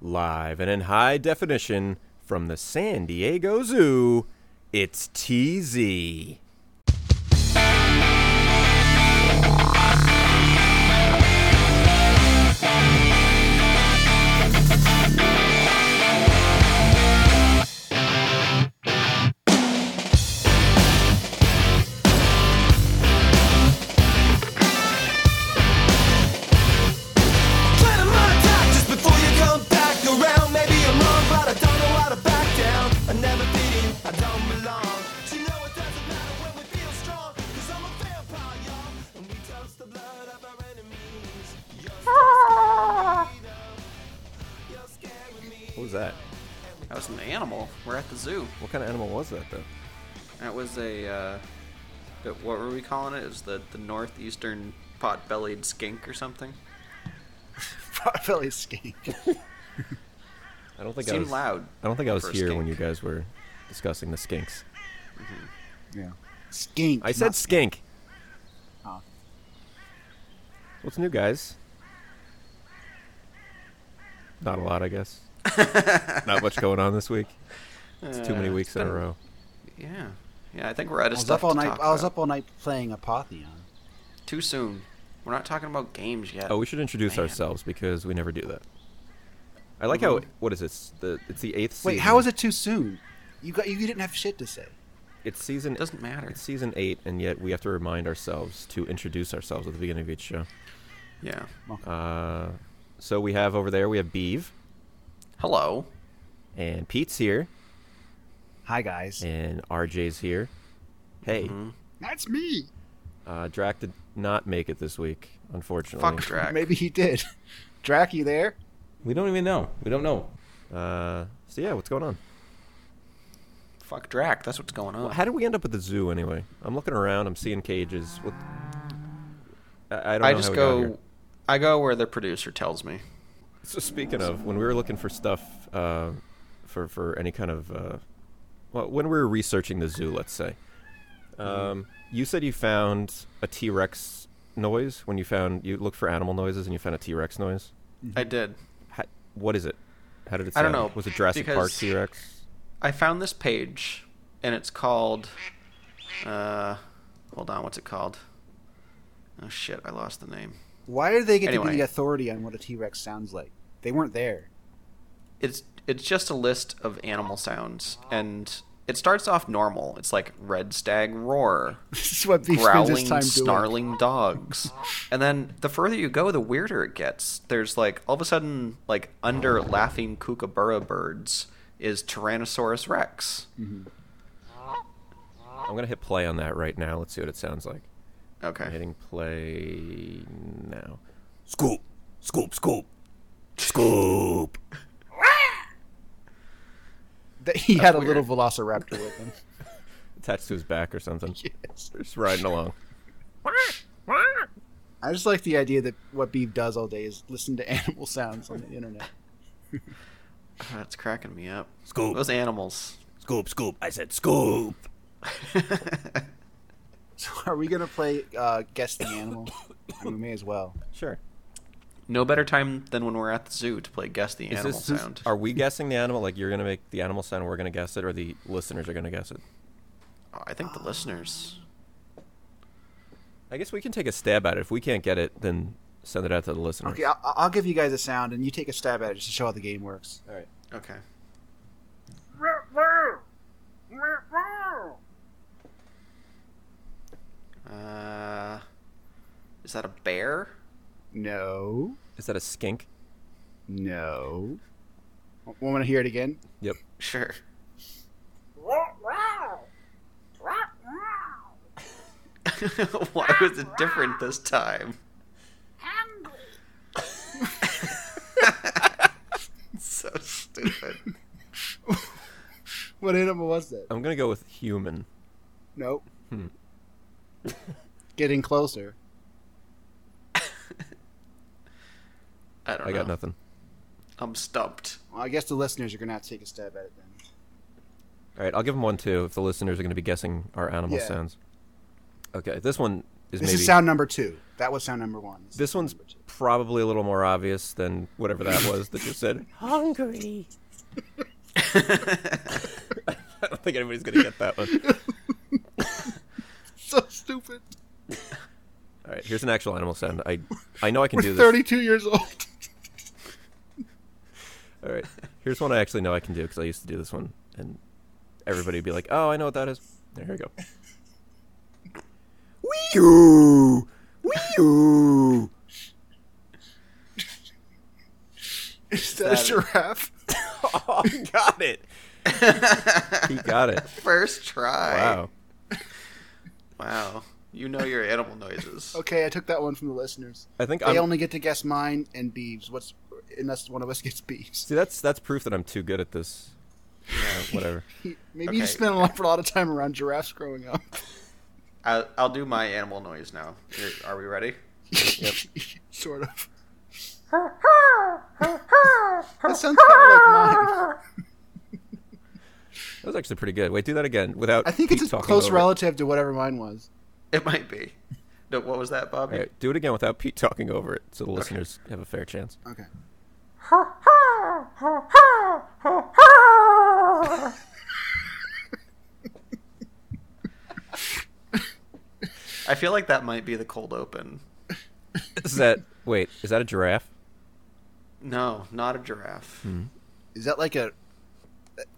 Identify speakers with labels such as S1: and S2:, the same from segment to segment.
S1: Live and in high definition from the San Diego Zoo, it's TZ.
S2: Plan on my attack just before you come back around. Maybe I'm wrong, but I don't know how to back down. I never fit in, I don't belong. But you know it doesn't matter when we feel strong. Cause I'm a vampire, y'all. And we toast the blood of our enemies. You're You're scaring me.
S1: What was that?
S3: That was an animal. We're at the zoo.
S1: What kind of animal was that, though?
S3: That was a. Uh, the- what were we calling it? It was the, the northeastern pot bellied skink or something?
S4: Potbelly skink.
S1: I don't think I
S3: Seemed
S1: was.
S3: loud.
S1: I don't think I was
S3: for a
S1: here when
S3: skink.
S1: you guys were discussing the skinks.
S4: Yeah. Skink.
S1: I said
S4: not-
S1: skink.
S4: Oh.
S1: What's new, guys? Not a lot, I guess. Not much going on this week. It's too many
S3: Uh,
S1: weeks
S3: it's
S1: in a
S3: been-
S1: row.
S3: Yeah. Yeah, I think we're out
S4: I
S3: of
S4: was
S3: stuff.
S4: up all
S3: to
S4: night.
S3: talk
S4: I was
S3: about.
S4: up all night playing Apotheon.
S3: Too soon. We're not talking about games yet.
S1: Oh, we should introduce
S3: Man.
S1: ourselves because we never do that. I like
S3: Mm-hmm.
S1: how what is this? The it's the eighth. Season.
S4: Wait, how is it too soon? You got you didn't have shit to say.
S1: It's season.
S3: It doesn't matter.
S1: It's season eight, and yet we have to remind ourselves to introduce ourselves at the beginning of each show.
S3: Yeah.
S1: Uh, so we have over there we have Beeve
S3: Hello.
S1: and Pete's here
S4: Hi guys.
S1: and RJ's here. Hey,
S3: Mm-hmm.
S4: That's me.
S1: uh, Drac did not make it this week, unfortunately.
S3: Fuck Drac.
S4: Maybe he did. Drac, you there?
S5: We don't even know. We don't know.
S1: Uh, so yeah, what's going on?
S3: Fuck Drac. That's what's going on.
S1: How did we end up at the zoo anyway? I'm looking around. I'm seeing cages. What? I, I don't.
S3: I
S1: know how
S3: just
S1: we got here.
S3: go. I go where the producer tells me.
S1: So speaking of, when we were looking for stuff uh, for for any kind of uh, well, when we were researching the zoo, let's say,
S3: Mm-hmm.
S1: um, you said you found a T Rex noise when you found you looked for animal noises and you found a T Rex noise.
S4: Mm-hmm.
S3: I did.
S1: How, what is it? How did it?
S3: I don't
S1: sound?
S3: know,
S1: Was it Jurassic Park
S3: because-
S1: T Rex?
S3: I found this page, and it's called. Uh, hold on, what's it called? Oh shit, I lost the name.
S4: Why did they get to
S3: Anyway.
S4: be the authority on what a T Rex sounds like? They weren't there.
S3: It's it's just a list of animal sounds, and it starts off normal. It's like red stag roar,
S4: This is what Beef spends his
S3: growling,
S4: time doing.
S3: snarling dogs, and then the further you go, the weirder it gets. There's like all of a sudden, like under laughing kookaburra birds is Tyrannosaurus rex.
S1: I'm gonna hit play on that right now. Let's see what it sounds like.
S4: Mm-hmm.
S3: Okay.
S1: I'm hitting play now.
S6: Scoop, scoop, scoop, scoop.
S4: That He had a little Velociraptor with him.
S1: Attached to his back or something.
S4: Yes.
S1: Just riding along.
S4: I just like the idea that what Beef does all day is listen to animal sounds on the internet.
S3: That's cracking me up.
S6: Scoop.
S3: Those animals.
S6: Scoop, scoop. I said scoop.
S4: So are we gonna play uh, guess the animal? I mean, we may as well.
S1: Sure.
S3: No better time than when we're at the zoo to play guess the animal sound.
S1: Are we guessing the animal? Like you're gonna make the animal sound, we're gonna guess it, or the listeners are gonna guess it?
S3: Oh, I think the listeners.
S1: I guess we can take a stab at it. If we can't get it, then send it out to the listeners.
S4: Okay, I'll, I'll give you guys a sound, and you take a stab at it just to show how the game works.
S1: All right.
S3: Okay. Uh, is that a bear?
S4: No,
S1: Is that a skink?
S4: no. Want to hear it again?
S1: Yep.
S3: Sure. Why was it different this time? so stupid.
S4: What animal was that?
S1: I'm gonna go with human.
S4: Nope.
S1: Hmm.
S4: Getting closer.
S3: I don't
S1: I
S3: know.
S1: got nothing.
S3: I'm stumped.
S4: Well, I guess the listeners are gonna have to take a stab at it then.
S1: All right, I'll give them one too. If the listeners are gonna be guessing our animal
S4: Yeah.
S1: sounds. Okay, this one is
S4: This
S1: maybe
S4: is sound number two. That was sound number one.
S1: This one's probably a little more obvious than whatever that was that you said. Hungry. I don't think anybody's gonna get that one.
S4: so stupid.
S1: All right, here's an actual animal sound. I I know I can
S4: We're
S1: do this.
S4: 32 years old.
S1: All right, here's one I actually know I can do because I used to do this one, and everybody would be like, "Oh, I know what that is." There, here we go.
S6: Wee-oo. Wee-oo.
S4: Is that a giraffe?
S1: Oh, got it. he got it.
S3: First try.
S1: Wow.
S3: Wow. You know your animal noises.
S4: Okay, I took that one from the listeners.
S1: I think
S4: They
S1: I'm.
S4: only get to guess mine and Beebs. What's unless one of us gets Beebs?
S1: See, that's that's proof that I'm too good at this. Uh, whatever.
S4: Maybe you
S3: Okay.
S4: spent a lot, for a lot of time around giraffes growing up.
S3: I, I'll do my animal noise now. Here- Are we ready?
S4: sort of. that sounds kind of like mine.
S1: That was actually pretty good. Wait, do that again without.
S4: I think
S1: Pete
S4: it's a
S1: talking
S4: close
S1: over it.
S4: relative to whatever mine was.
S3: It might be. No, what was that, Bobby?
S1: All right, do it again without Pete talking over it, so the listeners have a fair chance.
S4: Okay.
S3: I feel like that might be the cold open.
S1: Is that wait? Is that a giraffe?
S3: No, not a giraffe.
S4: Is that like a?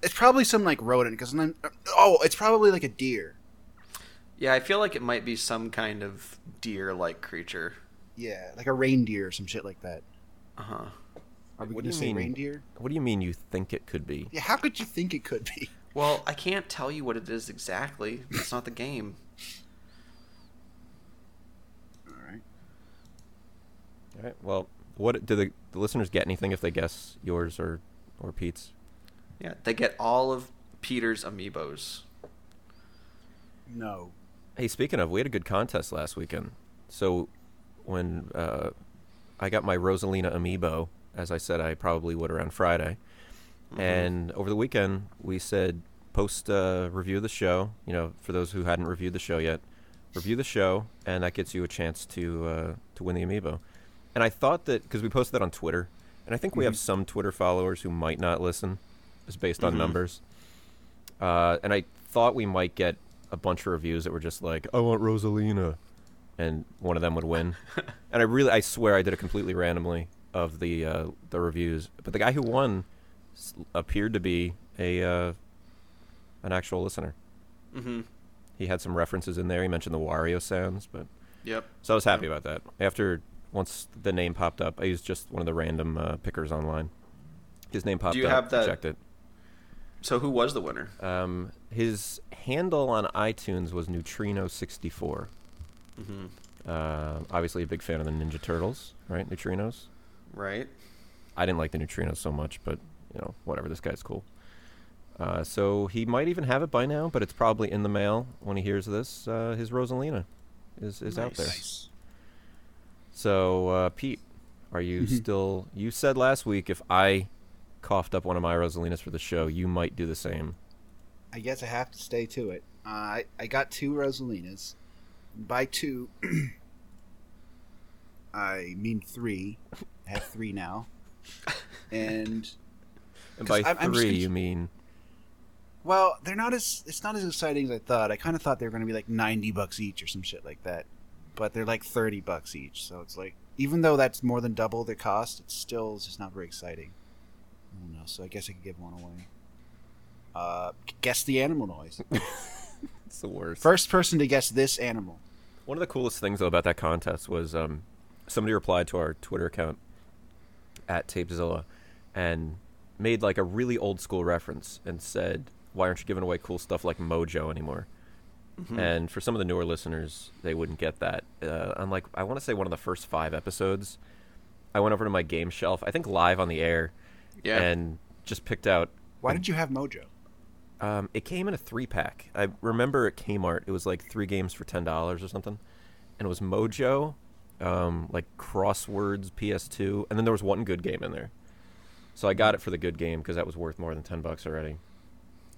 S4: It's probably some like rodent because oh, it's probably like a deer.
S3: Yeah, I feel like it might be some kind of deer-like creature.
S4: Yeah, like a reindeer or some shit like that.
S3: Uh huh.
S4: Are we
S1: What
S4: going
S1: do
S4: to
S1: you
S4: say
S1: mean?
S4: reindeer?
S1: What do you mean you think it could be?
S4: Yeah, how could you think it could be?
S3: Well, I can't tell you what it is exactly. It's not the game.
S4: All right.
S1: All right. Well, what do the, the listeners get anything if they guess yours or or Pete's?
S3: Yeah, they get all of Peter's amiibos.
S4: No.
S1: Hey, speaking of, we had a good contest last weekend. So when uh, I got my Rosalina amiibo, as I said I probably would around Friday, and over the weekend we said post uh, review of the show. You know, for those who hadn't reviewed the show yet, review the show, and that gets you a chance to uh, to win the amiibo. And I thought that because we posted that on Twitter, and I think we have some Twitter followers who might not listen, just based on numbers. Uh, and I thought we might get a bunch of reviews that were just like, "I want Rosalina," and one of them would win. and I really, I swear, I did it completely randomly of the uh, the reviews. But the guy who won s- appeared to be a uh, an actual listener.
S3: Mm-hmm.
S1: He had some references in there. He mentioned the Wario sounds, but
S3: Yep.
S1: so I was happy about that. After once the name popped up, I used just one of the random uh, pickers online. His name popped
S3: you
S1: up.
S3: have that-
S1: I checked it.
S3: So who was the winner?
S1: Um, his handle on iTunes was Neutrino64.
S4: Mm-hmm.
S1: Uh, obviously, a big fan of the Ninja Turtles, right? Neutrinos.
S3: Right.
S1: I didn't like the Neutrinos so much, but you know, whatever. This guy's cool. Uh, so he might even have it by now, but it's probably in the mail when he hears this. Uh, his Rosalina is is out there.
S4: Nice.
S1: So uh, Pete, are you still? You said last week if I coughed up one of my Rosalinas for the show, you might do the same.
S4: I guess I have to stay to it. Uh, I I got two Rosalinas. By two, I mean three. I have three now. And
S1: And
S4: 'Cause
S1: by
S4: I'm- I'm just
S1: 3
S4: conf-
S1: you mean
S4: well, they're not as it's not as exciting as I thought. I kind of thought they were going to be like ninety bucks each or some shit like that, but they're like thirty bucks each. So it's like even though that's more than double the cost, it's still just not very exciting. I don't know. So I guess I could give one away. Uh, guess the animal noise.
S1: it's the worst.
S4: First person to guess this animal.
S1: One of the coolest things though about that contest was um, somebody replied to our Twitter account at Tapezilla and made like a really old school reference and said, "Why aren't you giving away cool stuff like Mojo anymore?" And for some of the newer listeners, they wouldn't get that. Uh, on like I want to say one of the first five episodes, I went over to my game shelf, I think live on the air,
S3: Yeah.
S1: and just picked out.
S4: Why did you have Mojo?
S1: Um, it came in a three pack. I remember at Kmart, it was like three games for ten dollars or something, and it was Mojo, um, like crosswords, PS2, and then there was one good game in there. So I got it for the good game because that was worth more than ten bucks already.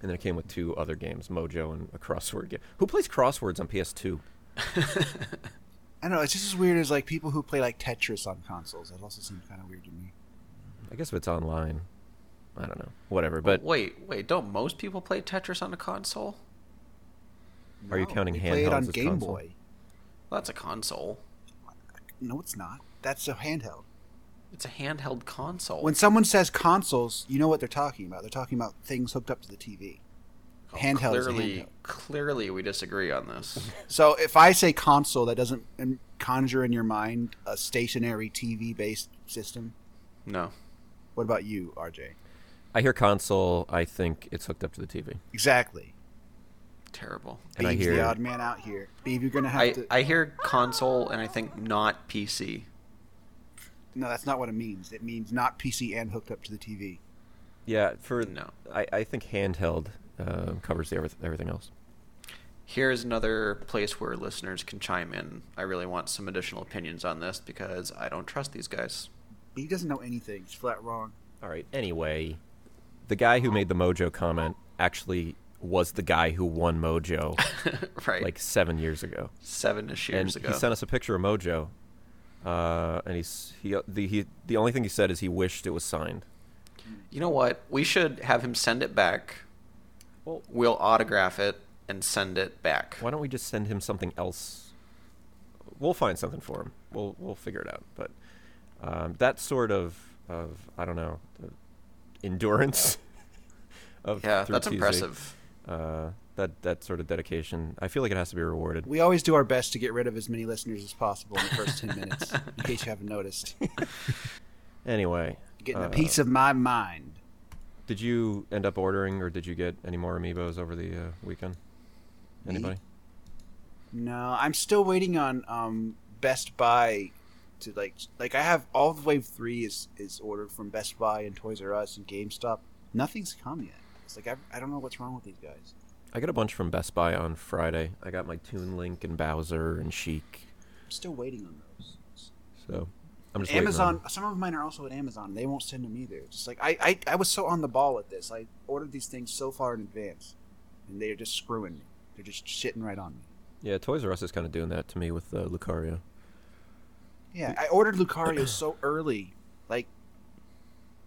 S1: And then it came with two other games, Mojo and a crossword game. Who plays crosswords on PS2?
S4: I don't know. It's just as weird as like people who play like Tetris on consoles. That also seems kind of weird to me.
S1: I guess if it's online, I don't know. Whatever. But
S3: wait, wait, don't most people play Tetris on a console?
S1: are you counting
S4: They
S1: handhelds
S4: play it on
S1: as
S4: Game
S1: console?
S4: Boy.
S3: That's a console.
S4: No, it's not. That's a handheld.
S3: It's a handheld console.
S4: When someone says consoles, you know what they're talking about. They're talking about things hooked up to the TV.
S3: Oh,
S4: handheld is a
S3: Clearly,
S4: handheld.
S3: clearly, we disagree on this.
S4: So if I say console, that doesn't um, conjure in your mind a stationary TV-based system.
S3: No.
S4: What about you, RJ?
S1: I hear console. I think it's hooked up to the TV.
S4: Exactly.
S3: Terrible.
S1: And I
S4: Beeb's
S1: hear-
S4: the odd man out here. Beeb, you're gonna have
S3: I,
S4: to.
S3: I hear console and I think not PC.
S4: No, that's not what it means. It means not PC and hooked up to the TV.
S1: Yeah. For
S3: No.
S1: I, I think handheld uh, covers the everyth- everything else.
S3: Here's another place where listeners can chime in. I really want some additional opinions on this because I don't trust these guys.
S4: Beeb doesn't know anything. He's flat wrong.
S1: All right. Anyway, the guy who made the Mojo comment actually was the guy who won Mojo
S3: right.
S1: like seven years ago.
S3: seven ish years
S1: and
S3: ago.
S1: he sent us a picture of Mojo, uh, and he's he the he the only thing he said is he wished it was signed.
S3: you know what? We should have him send it back. Well, we'll autograph it and send it back.
S1: Why don't we just send him something else? We'll find something for him. We'll we'll figure it out. But um, that sort of of I don't know the endurance of
S3: Yeah,
S1: through
S3: that's
S1: TZ,
S3: impressive.
S1: Uh, that that sort of dedication, I feel like it has to be rewarded.
S4: We always do our best to get rid of as many listeners as possible in the first ten minutes, in case you haven't noticed.
S1: Anyway,
S4: Getting
S1: uh,
S4: a piece of my mind.
S1: Did you end up ordering, or did you get any more amiibos over the uh, weekend? Anybody?
S4: No, I'm still waiting on um, Best Buy to like like I have all the Wave Three is is ordered from Best Buy and Toys R Us and GameStop. Nothing's come yet. It's like I, I don't know what's wrong with these guys.
S1: I got a bunch from Best Buy on Friday. I got my Toon Link and Bowser and Sheik.
S4: I'm still waiting on those.
S1: So I'm just waiting on
S4: Amazon.
S1: them.
S4: Some of mine are also at Amazon. They won't send them either. It's Just like I, I I was so on the ball at this. I ordered these things so far in advance, and they're just screwing me. They're just shitting right on me.
S1: Yeah, Toys R Us is kind of doing that to me with uh, Lucario.
S4: Yeah, I ordered Lucario so early, like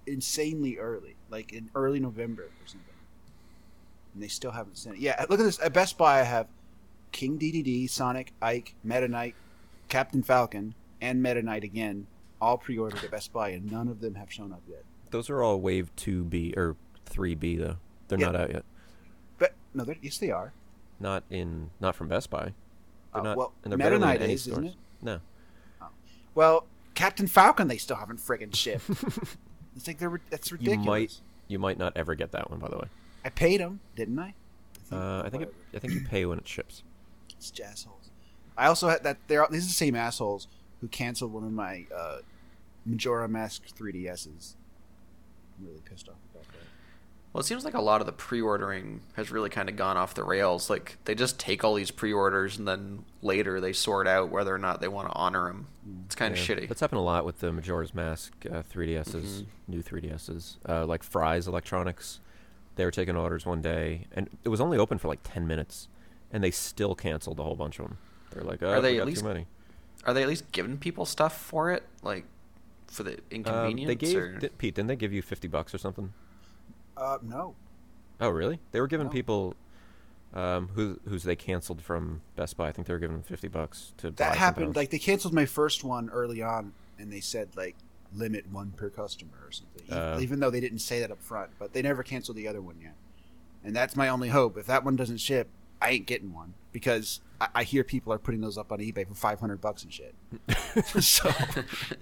S4: insanely early, like in early November or something, and they still haven't sent it. Yeah, look at this. At Best Buy, I have King DDD, Sonic, Ike, Meta Knight, Captain Falcon, and Meta Knight again, all pre-ordered at Best Buy, and none of them have shown up yet.
S1: Those are all Wave 2B or 3B though. They're
S4: Yeah.
S1: not out yet.
S4: But no, they're, yes, they are.
S1: Not in not from Best Buy. They're
S4: Uh,
S1: not,
S4: well,
S1: and they're
S4: Meta
S1: better
S4: Knight
S1: than any
S4: is,
S1: stores.
S4: isn't it?
S1: No.
S4: Well, Captain Falcon, they still haven't friggin' shipped. it's like they're ri- that's
S1: You
S4: ridiculous.
S1: might you might not ever get that one by the way.
S4: I paid them, didn't I?
S1: Uh, I think it, I think you pay when it ships.
S4: It's assholes. I also had that. They're these are the same assholes who canceled one of my uh, Majora Mask 3DSs. I'm really pissed off about that.
S3: Well, it seems like a lot of the pre-ordering has really kind of gone off the rails. Like they just take all these pre-orders and then later they sort out whether or not they want to honor them. It's kind
S1: Yeah.
S3: of shitty. Mm-hmm.
S1: That's happened a lot with the Majora's Mask uh, 3DSs, new 3DSs, uh, like Fry's Electronics. They were taking orders one day, and it was only open for like 10 minutes, and they still canceled a whole bunch of them. They're like, oh,
S3: Are they
S1: we
S3: at
S1: got
S3: least
S1: too many.
S3: Are they at least giving people stuff for it, like for the
S1: Um,
S3: inconvenience?
S1: they gave
S3: or-
S1: di- Pete, didn't they give you 50 bucks or something?
S4: Uh, no,
S1: Oh, really? They were giving
S4: No.
S1: people um, who who's they canceled from Best Buy. I think they were giving them 50 bucks to buy
S4: that
S1: something
S4: happened.
S1: else.
S4: Like they canceled my first one early on, and they said like limit one per customer or something. e-
S1: Uh.
S4: even though they didn't say that up front, but they never canceled the other one yet. And that's my only hope. If that one doesn't ship, I ain't getting one because I, I hear people are putting those up on eBay for 500 bucks and shit. so,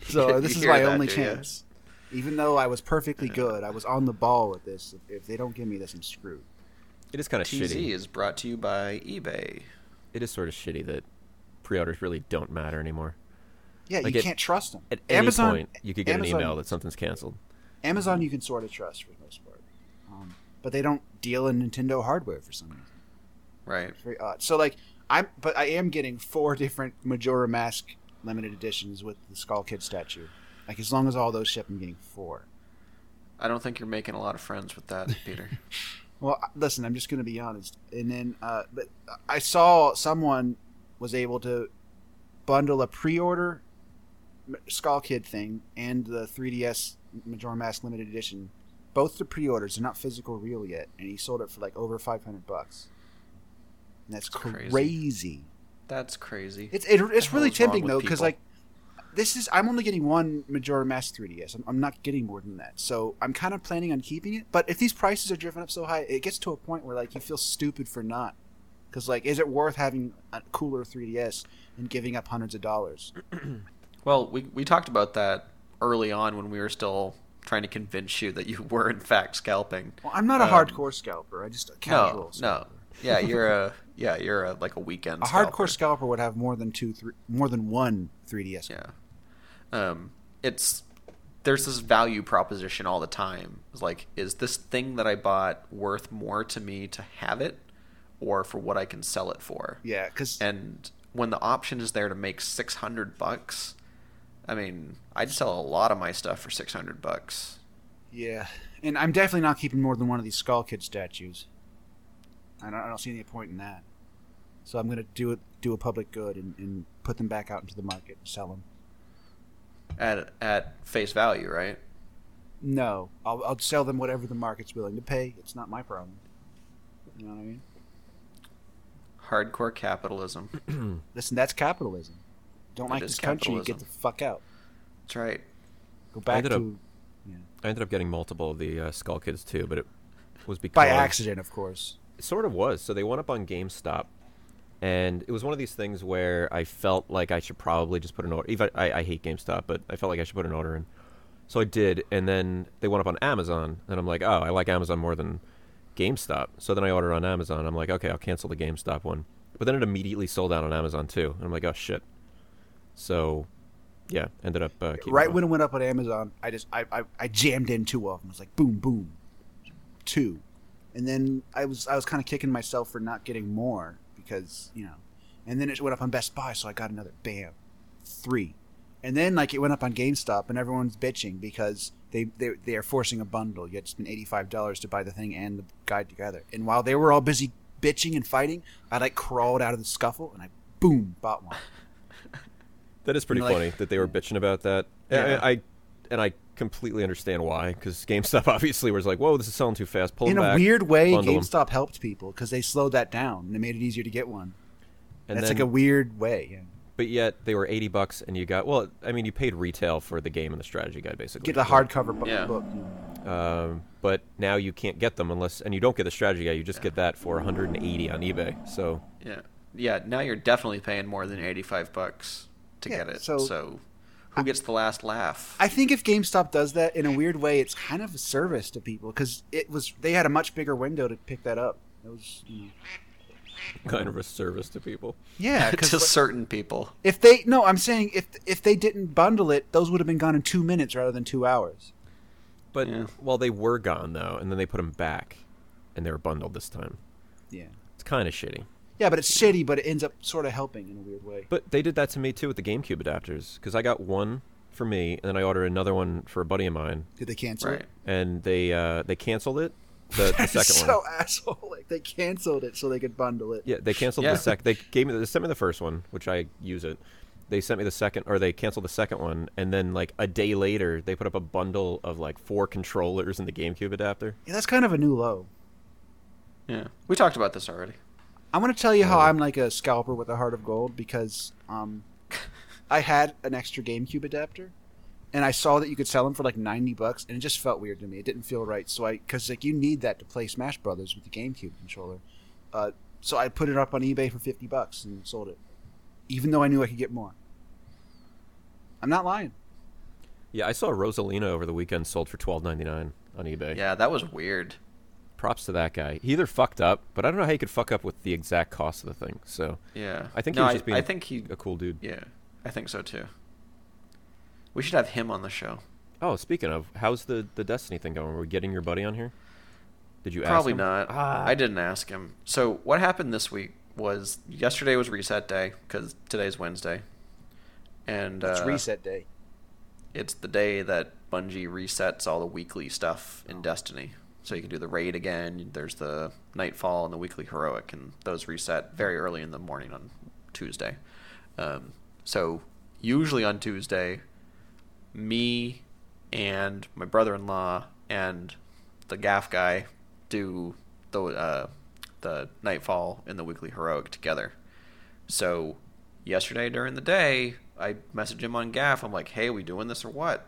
S4: so
S3: You
S4: this is
S3: hear
S4: my
S3: that,
S4: only
S3: do ya?
S4: chance. Even though I was perfectly good, I was on the ball with this. If they don't give me this, I'm screwed.
S1: it is kind of
S3: TZ
S1: shitty.
S3: is brought to you by eBay.
S1: It is sort of shitty that pre-orders really don't matter anymore.
S4: Yeah,
S1: Like
S4: you
S1: at-
S4: can't trust them.
S1: At any point, you could get an email that something's canceled.
S4: Amazon you can sort of trust for the most part, um, but they don't deal in Nintendo hardware for some reason.
S3: Right.
S4: It's very odd. So like I'm, but I am getting four different Majora Mask limited editions with the Skull Kid statue. Like as long as all those ship, I'm getting four.
S3: I don't think you're making a lot of friends with that, Peter.
S4: Well, I- listen, I'm just going to be honest. And then, uh, but I saw someone was able to bundle a pre-order M- Skull Kid thing and the 3DS Majora Mask Limited Edition. Both the pre-orders are not physical real yet, and he sold it for like over 500 bucks. And that's
S3: crazy.
S4: crazy.
S3: That's crazy.
S4: It's it, it's
S3: hell
S4: really
S3: is wrong
S4: tempting
S3: with
S4: though, because
S3: people?
S4: like this is I'm only getting one Majora Mask 3DS. I'm, I'm not getting more than that, so I'm kind of planning on keeping it. But if these prices are driven up so high, it gets to a point where like you feel stupid for not, because like is it worth having a cooler 3DS and giving up hundreds of dollars?
S3: Well, we we talked about that early on when we were still trying to convince you that you were in fact scalping.
S4: Well, I'm not a
S3: Um,
S4: hardcore scalper. I just uh, a casual.
S3: No, no.
S4: scalper.
S3: Yeah, you're a yeah, you're a like a weekend.
S4: A
S3: scalper.
S4: hardcore scalper would have more than two, three, more than one 3DS.
S3: Yeah. Um, it's there's this value proposition all the time. It's like, is this thing that I bought worth more to me to have it, or for what I can sell it for?
S4: Yeah, because
S3: And when the option is there to make six hundred bucks, I mean, I'd sell a lot of my stuff for six hundred bucks.
S4: Yeah, and I'm definitely not keeping more than one of these Skull Kid statues. I don't, I don't see any point in that. So I'm gonna do it, do a public good, and, and put them back out into the market and sell them.
S3: At at face value, right?
S4: No, I'll, I'll sell them whatever the market's willing to pay. It's not my problem. You know what I mean?
S3: Hardcore capitalism.
S4: Listen, that's capitalism. Don't
S3: That
S4: like
S3: is
S4: this country,
S3: capitalism.
S4: get the fuck out.
S3: That's right.
S4: Go back
S1: ended
S4: to
S1: up- I ended up getting multiple of the uh, Skull Kids too, but it was because
S4: by accident, of course.
S1: It sort of was. So they went up on GameStop, and it was one of these things where I felt like I should probably just put an order. Even I, I hate GameStop, but I felt like I should put an order in. So I did, and then they went up on Amazon, and I'm like, oh, I like Amazon more than GameStop. So then I ordered on Amazon. I'm like, okay, I'll cancel the GameStop one. But then it immediately sold out on Amazon too, and I'm like, oh shit. So, yeah, ended up uh, keeping
S4: right
S1: it.
S4: when it went up on Amazon, I just I, I, I jammed in two of them. It was like boom, boom, two, and then I was I was kind of kicking myself for not getting more because you know, and then it went up on Best Buy, so I got another bam, three, and then like it went up on GameStop, and everyone's bitching because they they they are forcing a bundle. You had to spend eighty five dollars to buy the thing and the guide together. And while they were all busy bitching and fighting, I like crawled out of the scuffle and I boom bought one.
S1: That is pretty
S4: And, like-
S1: funny that they were bitching about that. And
S3: Yeah.
S1: I, I- and I completely understand why because GameStop obviously was like, "Whoa, this is selling too fast." Pull 'em
S4: in a
S1: back,
S4: weird way,
S1: bundle 'em."
S4: GameStop helped people because they slowed that down and it made it easier to get one.
S1: And
S4: That's
S1: then,
S4: like a weird way. Yeah.
S1: but yet they were eighty bucks, and you got well. I mean, you paid retail for the game and the strategy guide, basically.
S4: Get the hardcover bu-
S3: Yeah.
S4: book.
S1: Um, but now you can't get them unless, and you don't get the strategy guide. You just get that for one hundred and eighty on eBay. So
S3: Yeah. Yeah, now you're definitely paying more than 85 bucks to
S4: Yeah,
S3: get it. So,
S4: so-
S3: who gets the last laugh?
S4: I think if GameStop does that in a weird way, it's kind of a service to people because it was they had a much bigger window to pick that up. It was, you know.
S1: kind of a service to people.
S4: yeah,
S3: to
S4: because
S3: certain people.
S4: if they no, I'm saying if if they didn't bundle it, those would have been gone in two minutes rather than two hours.
S1: But
S3: Yeah.
S1: well, they were gone though, and then they put them back, and they were bundled this time.
S4: Yeah,
S1: It's kind of shitty.
S4: yeah, but it's shitty, but it ends up sort of helping in a weird way.
S1: But they did that to me too with the GameCube adapters because I got one for me and then I ordered another one for a buddy of mine
S4: Did they cancel
S3: Right.
S4: it?
S1: and they uh, they canceled it. The, the second
S4: so
S1: one.
S4: asshole, like they canceled it so they could bundle it.
S1: Yeah, they canceled
S3: Yeah.
S1: the sec. They gave me. They sent me the first one, which I use it. They sent me the second, or they canceled the second one, and then like a day later, they put up a bundle of like four controllers and the GameCube adapter.
S4: yeah that's kind of a new low.
S3: Yeah. We talked about this already.
S4: I'm gonna tell you how I'm like a scalper with a heart of gold because um, I had an extra GameCube adapter, and I saw that you could sell them for like 90 bucks, and it just felt weird to me. It didn't feel right, so I because like you need that to play Smash Brothers with the GameCube controller, uh, so I put it up on eBay for 50 bucks and sold it, even though I knew I could get more. I'm not lying.
S1: Yeah, I saw Rosalina over the weekend sold for twelve ninety nine on eBay.
S3: Yeah, that was weird.
S1: Props to that guy. He either fucked up, but I don't know how he could fuck up with the exact cost of the thing. So
S3: Yeah.
S1: I think
S3: no,
S1: he was just being
S3: I think he
S1: a cool dude.
S3: Yeah. I think so too. We should have him on the show.
S1: Oh, speaking of, how's the the Destiny thing going? Are we getting your buddy on here? Did you ask
S3: Probably
S1: him? Ah.
S3: not. I didn't ask him. So what happened this week was yesterday was reset day cuz today's Wednesday. And
S4: It's
S3: uh,
S4: reset day.
S3: It's the day that Bungie resets all the weekly stuff in Destiny. So you can do the raid again. There's the Nightfall and the weekly heroic, and those reset very early in the morning on Tuesday. Um, So usually on Tuesday, me and my brother-in-law and the gaff guy do the uh, the nightfall and the weekly heroic together. So yesterday during the day, I messaged him on gaff. I'm like, "Hey, we doing this or what?"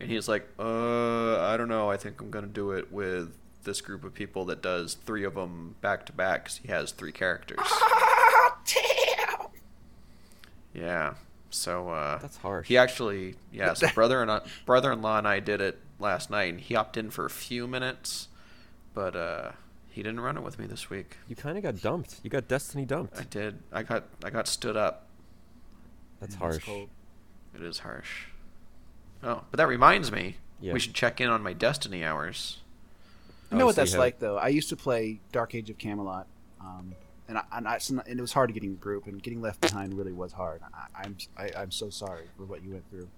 S3: And he's like, "Uh, I don't know. I think I'm gonna do it with this group of people that does three of them back to back because he has three characters." Yeah. So uh,
S1: That's harsh.
S3: He actually, yeah. So brother and brother in law and I did it last night, and he opted in for a few minutes, but uh, he didn't run it with me this week.
S1: You kind of got dumped. You got Destiny dumped.
S3: I did. I got I got stood up.
S1: That's harsh.
S3: It is harsh. Oh, but that reminds me,
S1: Yeah.
S3: we should check in on my Destiny hours.
S4: I know
S1: Oh,
S4: what
S1: so you
S4: that's
S1: have-
S4: like, though. I used to play Dark Age of Camelot, um, and I, and, I, it's not- and it was hard getting a group, and getting left behind really was hard. I, I'm I, I'm so sorry for what you went through.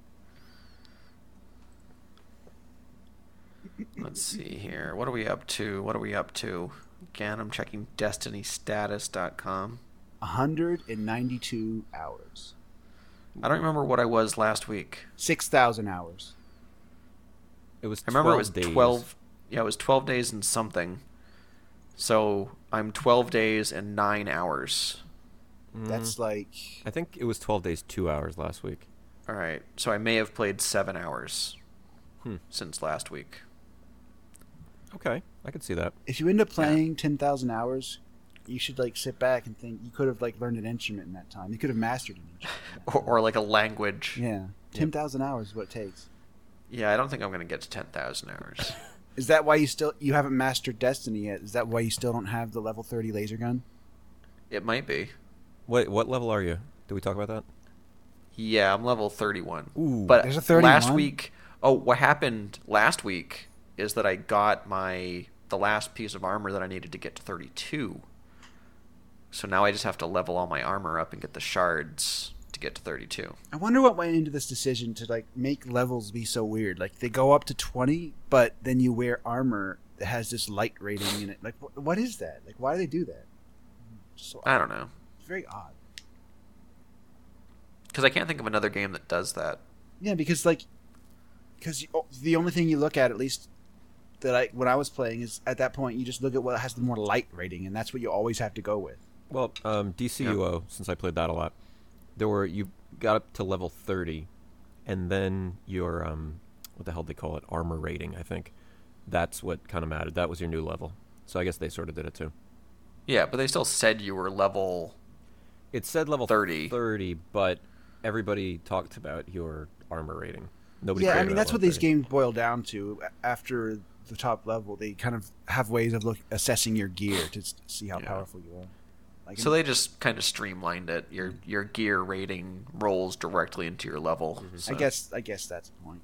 S3: Let's see here. What are we up to? What are we up to? Again, I'm checking destinystatus.com.
S4: 192 hours,
S3: I don't remember what I was last week.
S4: 6,000 hours.
S1: It was.
S3: I remember it was
S1: 12 days.
S3: 12 yeah it was 12 days and something so i'm 12 days and 9 hours
S4: That's like
S1: I think it was 12 days, two hours last week.
S3: all right so i may have played 7 hours
S1: Hmm.
S3: since last week
S1: Okay, I could see that.
S4: if you end up playing 10,000 hours, you should like sit back and think you could have like learned an instrument in that time. You could have mastered an instrument.
S3: or, or like a language yeah.
S4: Yeah, 10,000 hours is what it takes.
S3: i don't think i'm going to get to 10000 hours
S4: Is that why you still you haven't mastered Destiny yet? Is that why you still don't have the level 30 laser gun?
S3: it might be
S1: What what level are you? Did we talk about that?
S3: yeah i'm level 31
S1: Ooh,
S3: but
S4: There's a
S3: last
S4: 31?
S3: week oh what happened last week is that i got my the last piece of armor that i needed to get to 32 so now i just have to level all my armor up and get the shards to get to 32
S4: I wonder what went into this decision to like make levels be so weird. Like they go up to 20, but then you wear armor that has this light rating in it. Like wh- what is that? Like why do they do that? So
S3: i don't know
S4: it's very odd.
S3: because i can't think of another game that does that
S4: Yeah, because like, because the only thing you look at, at least that I when I was playing, is at that point you just look at what has the more light rating, and that's what you always have to go with.
S1: well, um, DCUO. Since I played that a lot, there were you got up to level 30, and then your um, what the hell they call it armor rating. I think that's what kind of mattered. That was your new level. So I guess they sort of did it too.
S3: yeah but they still said you were level
S1: It said level
S3: 30.
S1: 30, but everybody talked about your armor rating. Nobody.
S4: yeah,
S1: cared
S4: I mean
S1: about
S4: that's
S1: level
S4: what these
S1: 30.
S4: games boil down to. A- After the top level, they kind of have ways of look assessing your gear to s- see how powerful you are. Like,
S3: so they just kind of streamlined it your your gear rating rolls directly into your level so-
S4: Mm-hmm. I guess I guess that's the point.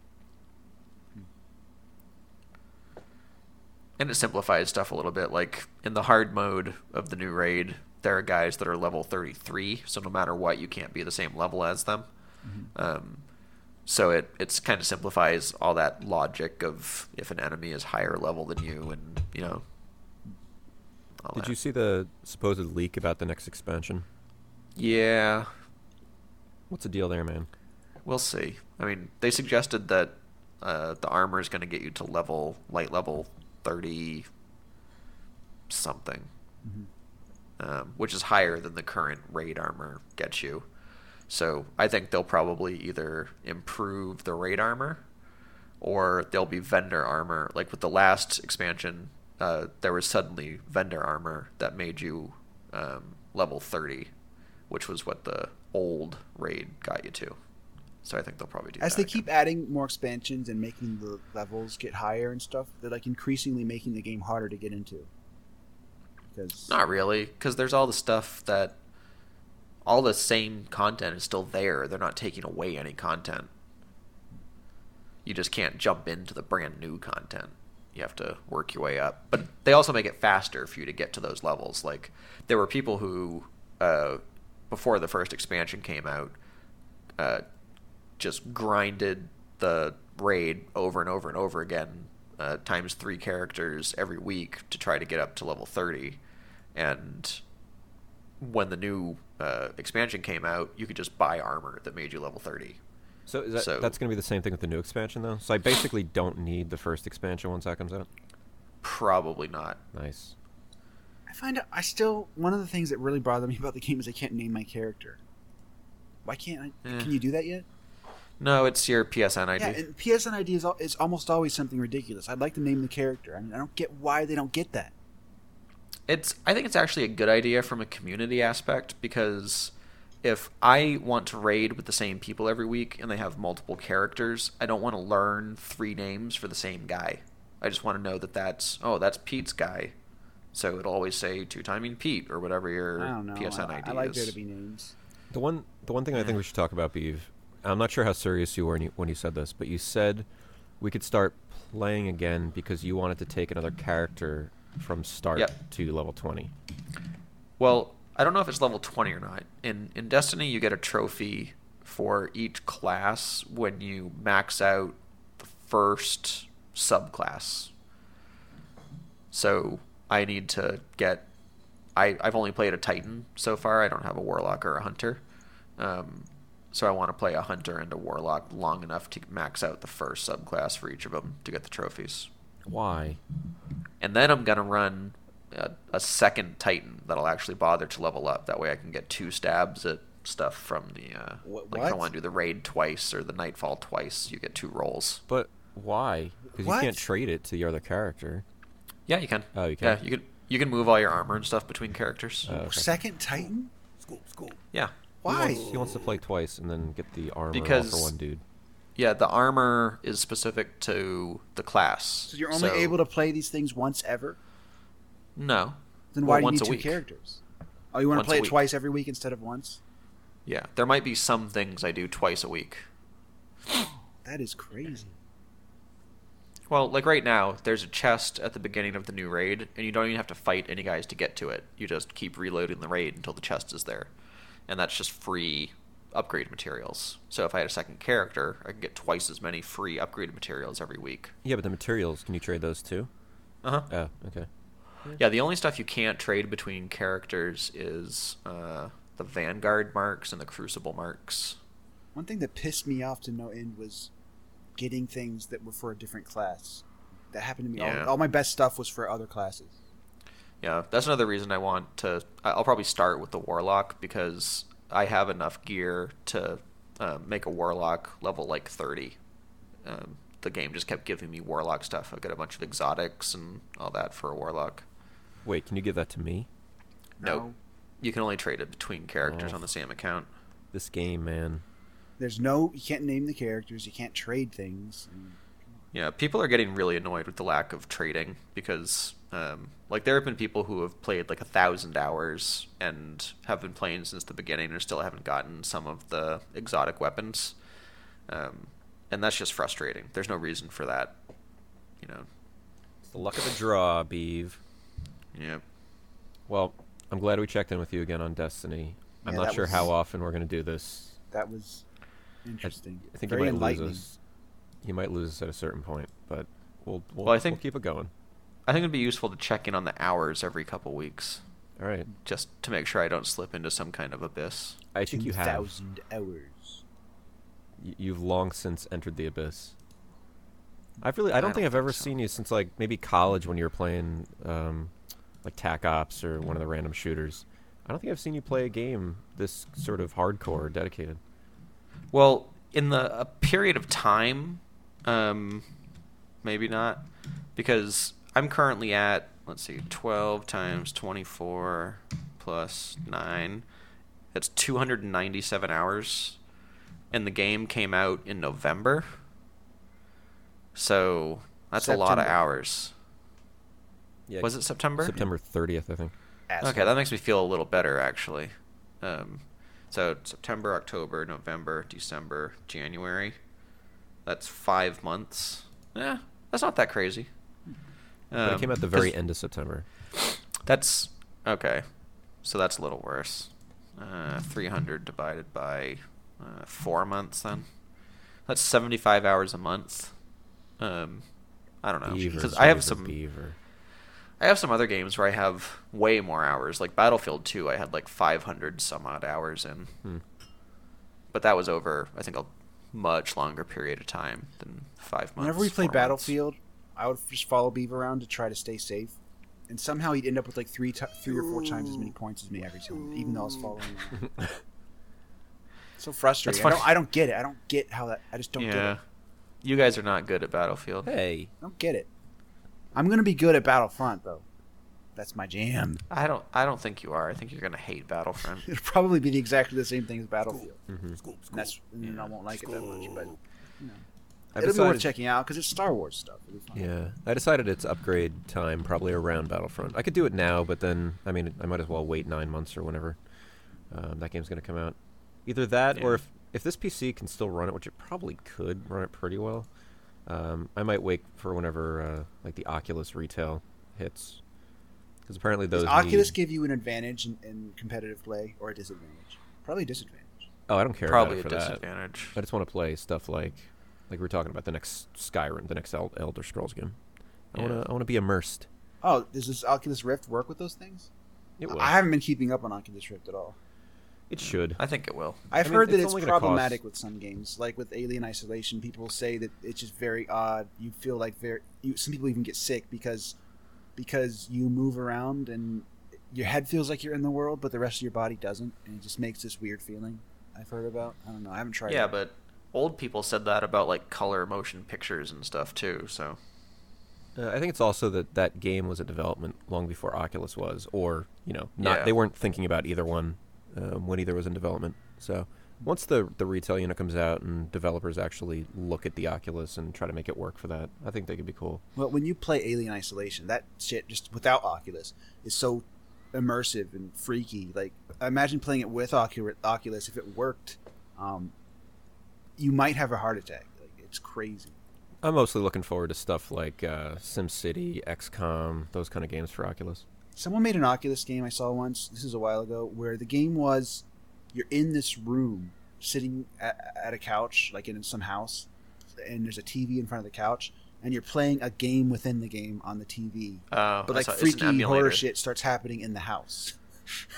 S3: and it simplifies stuff a little bit. Like in the hard mode of the new raid, there are guys that are level 33, so no matter what, you can't be the same level as them.
S1: Mm-hmm.
S3: Um, so it it's kind of simplifies all that logic of if an enemy is higher level than you, and you know. all
S1: Did
S3: that.
S1: you see the supposed leak about the next expansion?
S3: Yeah,
S1: What's the deal there, man?
S3: we'll see. I mean, they suggested that uh, the armor is going to get you to level light level 30 something,
S4: Mm-hmm.
S3: um, which is higher than the current raid armor gets you. So I think they'll probably either improve the raid armor or there'll be vendor armor. Like with the last expansion, uh, there was suddenly vendor armor that made you um, level 30, which was what the old raid got you to. So I think they'll probably do
S4: As
S3: that.
S4: they keep adding more expansions and making the levels get higher and stuff, they're like increasingly making the game harder to get into. Because
S3: Not really, because there's all the stuff that all the same content is still there. They're not taking away any content. You just can't jump into the brand new content. You have to work your way up. But they also make it faster for you to get to those levels. Like there were people who, uh, before the first expansion came out, uh, just grinded the raid over and over and over again, uh, times three characters every week to try to get up to level 30. And when the new uh, expansion came out, you could just buy armor that made you level 30.
S1: So, is that,
S3: So-
S1: that's going to be the same thing with the new expansion, though. So I basically don't need the first expansion once that comes out.
S3: Probably not.
S1: Nice.
S4: I find out, I still one of the things that really bothered me about the game is I can't name my character. Why can't I?
S3: Eh.
S4: Can you do that yet?
S3: No, it's your PSN ID.
S4: Yeah, and PSN ID is, al- is almost always something ridiculous. I'd like to name the character. I mean, I don't get why they don't get that.
S3: it's I think it's actually a good idea from a community aspect because if I want to raid with the same people every week and they have multiple characters, I don't want to learn three names for the same guy. I just want to know that that's oh that's Pete's guy, so it'll always say two timing Pete or whatever your
S4: I don't know.
S3: PSN
S4: I,
S3: ID
S4: I like
S3: is.
S4: there to be names.
S1: The one, the one thing I think we should talk about, Beeve. I'm not sure how serious you were when you, when you said this, but you said we could start playing again because you wanted to take another character from start
S3: Yep.
S1: to level 20.
S3: Well, I don't know if it's level 20 or not. In in Destiny, you get a trophy for each class when you max out the first subclass. So, I need to get I I've only played a Titan so far. I don't have a Warlock or a Hunter. Um so I want to play a hunter and a warlock long enough to max out the first subclass for each of them to get the trophies
S1: Why?
S3: and then I'm gonna run a, a second Titan that'll actually bother to level up. That way, I can get two stabs at stuff from the. Uh,
S4: Wha-
S3: like if I
S4: what?
S3: want to do the raid twice or the nightfall twice, you get two rolls.
S1: But why? Because you
S4: What?
S1: can't trade it to your other character.
S3: Yeah, you can.
S1: Oh, you
S3: Yeah,
S1: can?
S3: you can. You can move all your armor and stuff between characters.
S1: Oh,
S4: Second Titan?
S6: School, school.
S3: yeah,
S1: He
S4: Why?
S1: wants, he wants to play twice and then get the armor all for
S3: Because-
S1: one dude.
S3: yeah. The armor is specific to the class.
S4: So you're only able to play these things once ever?
S3: No.
S4: Then
S3: Well,
S4: why
S3: once
S4: do
S3: a
S4: you need
S3: week.
S4: two characters? Oh, you want
S3: Once
S4: to
S3: a
S4: play it
S3: week.
S4: twice every week instead of once?
S3: Yeah, there might be some things I do twice a week.
S4: That is crazy.
S3: Well, like right now, there's a chest at the beginning of the new raid, and you don't even have to fight any guys to get to it. You just keep reloading the raid until the chest is there. And that's just free upgrade materials. So if I had a second character, I could get twice as many free upgrade materials every week.
S1: Yeah, but the materials, can you trade those too?
S3: Uh-huh.
S1: Oh, okay.
S3: Yeah, the only stuff you can't trade between characters is uh, the Vanguard marks and the Crucible marks.
S4: One thing that pissed me off to no end was getting things that were for a different class. That happened to me.
S3: Yeah.
S4: All, all my best stuff was for other classes.
S3: Yeah, that's another reason I want to. I- I'll probably start with the warlock because I have enough gear to uh, make a warlock level like thirty. Um, the game just kept giving me warlock stuff. I've got a bunch of exotics and all that for a warlock.
S1: Wait, can you give that to me?
S3: No,
S4: No.
S3: you can only trade it between characters
S1: Oh.
S3: on the same account.
S1: This game, man.
S4: There's no, you can't name the characters, you can't trade things. And
S3: Yeah, people are getting really annoyed with the lack of trading because, um, like, there have been people who have played like a thousand hours and have been playing since the beginning and still haven't gotten some of the exotic weapons, um, and that's just frustrating. There's no reason for that, you know.
S1: It's the luck of the draw, Beeve.
S3: Yeah.
S1: Well, I'm glad we checked in with you again on Destiny. I'm
S4: Yeah,
S1: not
S4: that
S1: sure
S4: was-
S1: how often we're going to do this.
S4: that was interesting.
S1: I think
S4: Very
S1: you might
S4: enlightening.
S1: lose us. You might lose us at a certain point, but we'll we'll,
S3: Well, I think-
S1: we'll keep it going.
S3: I think it'd be useful to check in on the hours every couple weeks
S1: All right.
S3: just to make sure I don't slip into some kind of abyss.
S1: I think you have.
S4: 2,000 hours.
S1: Y- You've long since entered the abyss. I've really I don't
S3: don't
S1: think I've
S3: think
S1: ever
S3: so.
S1: seen you since like maybe college when you were playing um, like Tac Ops or one of the random shooters. I don't think I've seen you play a game this sort of hardcore or dedicated.
S3: Well, in the a period of time, um, maybe not, because I'm currently at let's see, 12 times 24 plus nine. That's 297 hours, and the game came out in November. So that's a lot of
S4: September.
S3: hours.
S1: Yeah.
S3: Was it September?
S1: September 30th, I think.
S3: Okay, that makes me feel a little better actually. Um, so September, October, November, December, January. That's five months. Yeah, that's not that crazy.
S1: But
S3: Um,
S1: it came out the
S3: 'cause
S1: very end of September.
S3: That's okay. So that's a little worse. Uh, Three hundred divided by uh, four months, then that's seventy-five hours a month. Um, I don't know
S1: Beaver,
S3: because I have
S1: beaver,
S3: some.
S1: beaver.
S3: I have some other games where I have way more hours. Like Battlefield 2, I had like 500 some odd hours in.
S1: Hmm.
S3: But that was over, I think, a much longer period of time than five months.
S4: Whenever we played
S3: four months.
S4: Battlefield, I would just follow Beav around to try to stay safe, and somehow he'd end up with like three, ti three or four times as many points as me every time, even though I was following him. so frustrating. I
S3: funny.
S4: don't, I don't get it. I don't get how that. I just don't get
S3: yeah.
S4: it.
S3: You guys are not good at Battlefield.
S1: Hey,
S4: I don't get it. I'm gonna be good at Battlefront though. That's my jam.
S3: I don't. I don't think you are. I think you're gonna hate Battlefront.
S4: It'll probably be the- exactly the same thing as Battlefield.
S3: Mm-hmm.
S4: And that's and I won't like it that much, but
S1: I
S4: it'll be
S1: decided,
S4: worth checking out because it's Star Wars stuff. It'll be fun.
S1: Yeah, I decided it's upgrade time probably around Battlefront. I could do it now, but then I mean I might as well wait nine months or whenever um, that game's going to come out. Either that, or if if this PC can still run it, which it probably could run it pretty well, um, I might wait for whenever uh, like the Oculus retail hits, because apparently those
S4: Does Oculus
S1: need-
S4: give you an advantage in, in competitive play or a disadvantage? Probably disadvantage.
S1: oh I don't care
S3: Probably a
S1: about it for that.
S3: disadvantage.
S1: I just want to play stuff like like we were talking about the next Skyrim, the next El- Elder Scrolls game. I want to I want to be immersed.
S4: Oh, does this Oculus Rift work with those things?
S1: It will.
S4: I haven't been keeping up on Oculus Rift at all.
S1: it should.
S3: I think it will.
S4: I've
S1: mean,
S4: heard that
S1: it's
S4: it's
S1: only gonna
S4: problematic
S1: cost-
S4: with some games, like with Alien Isolation. People say that it's just very odd. You feel like very. You, some people even get sick because because you move around and your head feels like you're in the world, but the rest of your body doesn't, and it just makes this weird feeling. I've heard about. I don't know. I haven't tried.
S3: Yeah,
S4: it.
S3: but old people said that about like color motion pictures and stuff too. So
S1: Uh, I think it's also that that game was a development long before Oculus was, or you know, not
S3: Yeah.
S1: they weren't thinking about either one um, when either was in development. So once the the retail unit comes out and developers actually look at the Oculus and try to make it work for that, I think they could be cool.
S4: Well, when you play Alien Isolation, that shit just without Oculus is so immersive and freaky. Like, imagine playing it with Ocu- Oculus. If it worked, um, you might have a heart attack. Like, it's crazy.
S1: I'm mostly looking forward to stuff like uh, SimCity, XCOM, those kind of games for Oculus.
S4: Someone made an Oculus game I saw once. This is a while ago, where the game was you're in this room sitting at, at a couch, like in some house, and there's a TV in front of the couch, and you're playing a game within the game on the TV.
S3: Oh,
S4: but
S3: I
S4: like
S3: saw- it's an
S4: freaky horror
S3: emulator.
S4: shit starts happening in the house.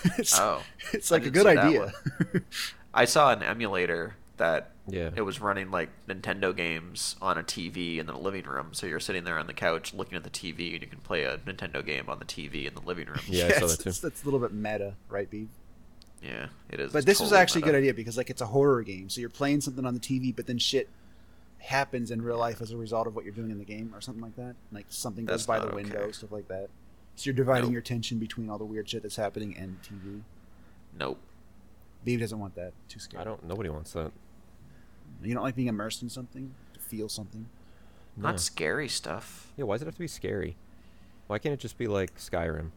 S4: it's,
S3: Oh,
S4: it's
S3: I
S4: like a
S3: didn't
S4: good
S3: see that
S4: idea.
S3: I saw an emulator that
S1: Yeah.
S3: it was running like Nintendo games on a TV in the living room. So you're sitting there on the couch looking at the TV, and you can play a Nintendo game on the TV in the living room.
S1: Yeah, I saw
S4: it's-
S1: that too.
S4: it's- That's a little bit meta, right, Beeb?
S3: yeah, it is.
S4: But this was
S3: totally
S4: actually a
S3: meta.
S4: good idea because like it's a horror game, so you're playing something on the TV, but then shit happens in real life as a result of what you're doing in the game or something like that. Like something goes
S3: That's
S4: by
S3: not
S4: the
S3: okay.
S4: window, stuff like that. So you're dividing
S3: Nope.
S4: your attention between all the weird shit that's happening and TV.
S3: Nope.
S4: Beeb doesn't want that. Too scared.
S1: I don't. Nobody wants that.
S4: You don't like being immersed in something, to feel something.
S1: No.
S3: Not scary stuff.
S1: Yeah, why does it have to be scary? Why can't it just be like Skyrim?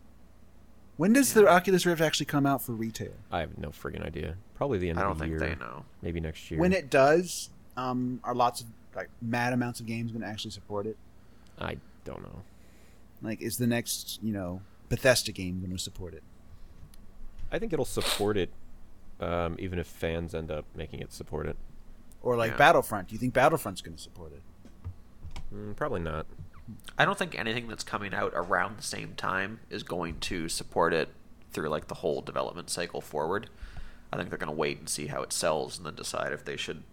S4: When does the Oculus Rift actually come out for retail?
S1: I have no friggin' idea. Probably the end
S3: I
S1: of
S3: don't
S1: the
S3: think
S1: year.
S3: they know.
S1: Maybe next year.
S4: When it does, um, are lots of like mad amounts of games going to actually support it?
S1: I don't know.
S4: Like, is the next you know Bethesda game going to support it?
S1: I think it'll support it, um, even if fans end up making it support it.
S4: Or like
S3: Yeah.
S4: Battlefront? Do you think Battlefront's going to support it?
S1: Mm, probably not.
S3: I don't think anything that's coming out around the same time is going to support it through like the whole development cycle forward. I think they're going to wait and see how it sells and then decide if they should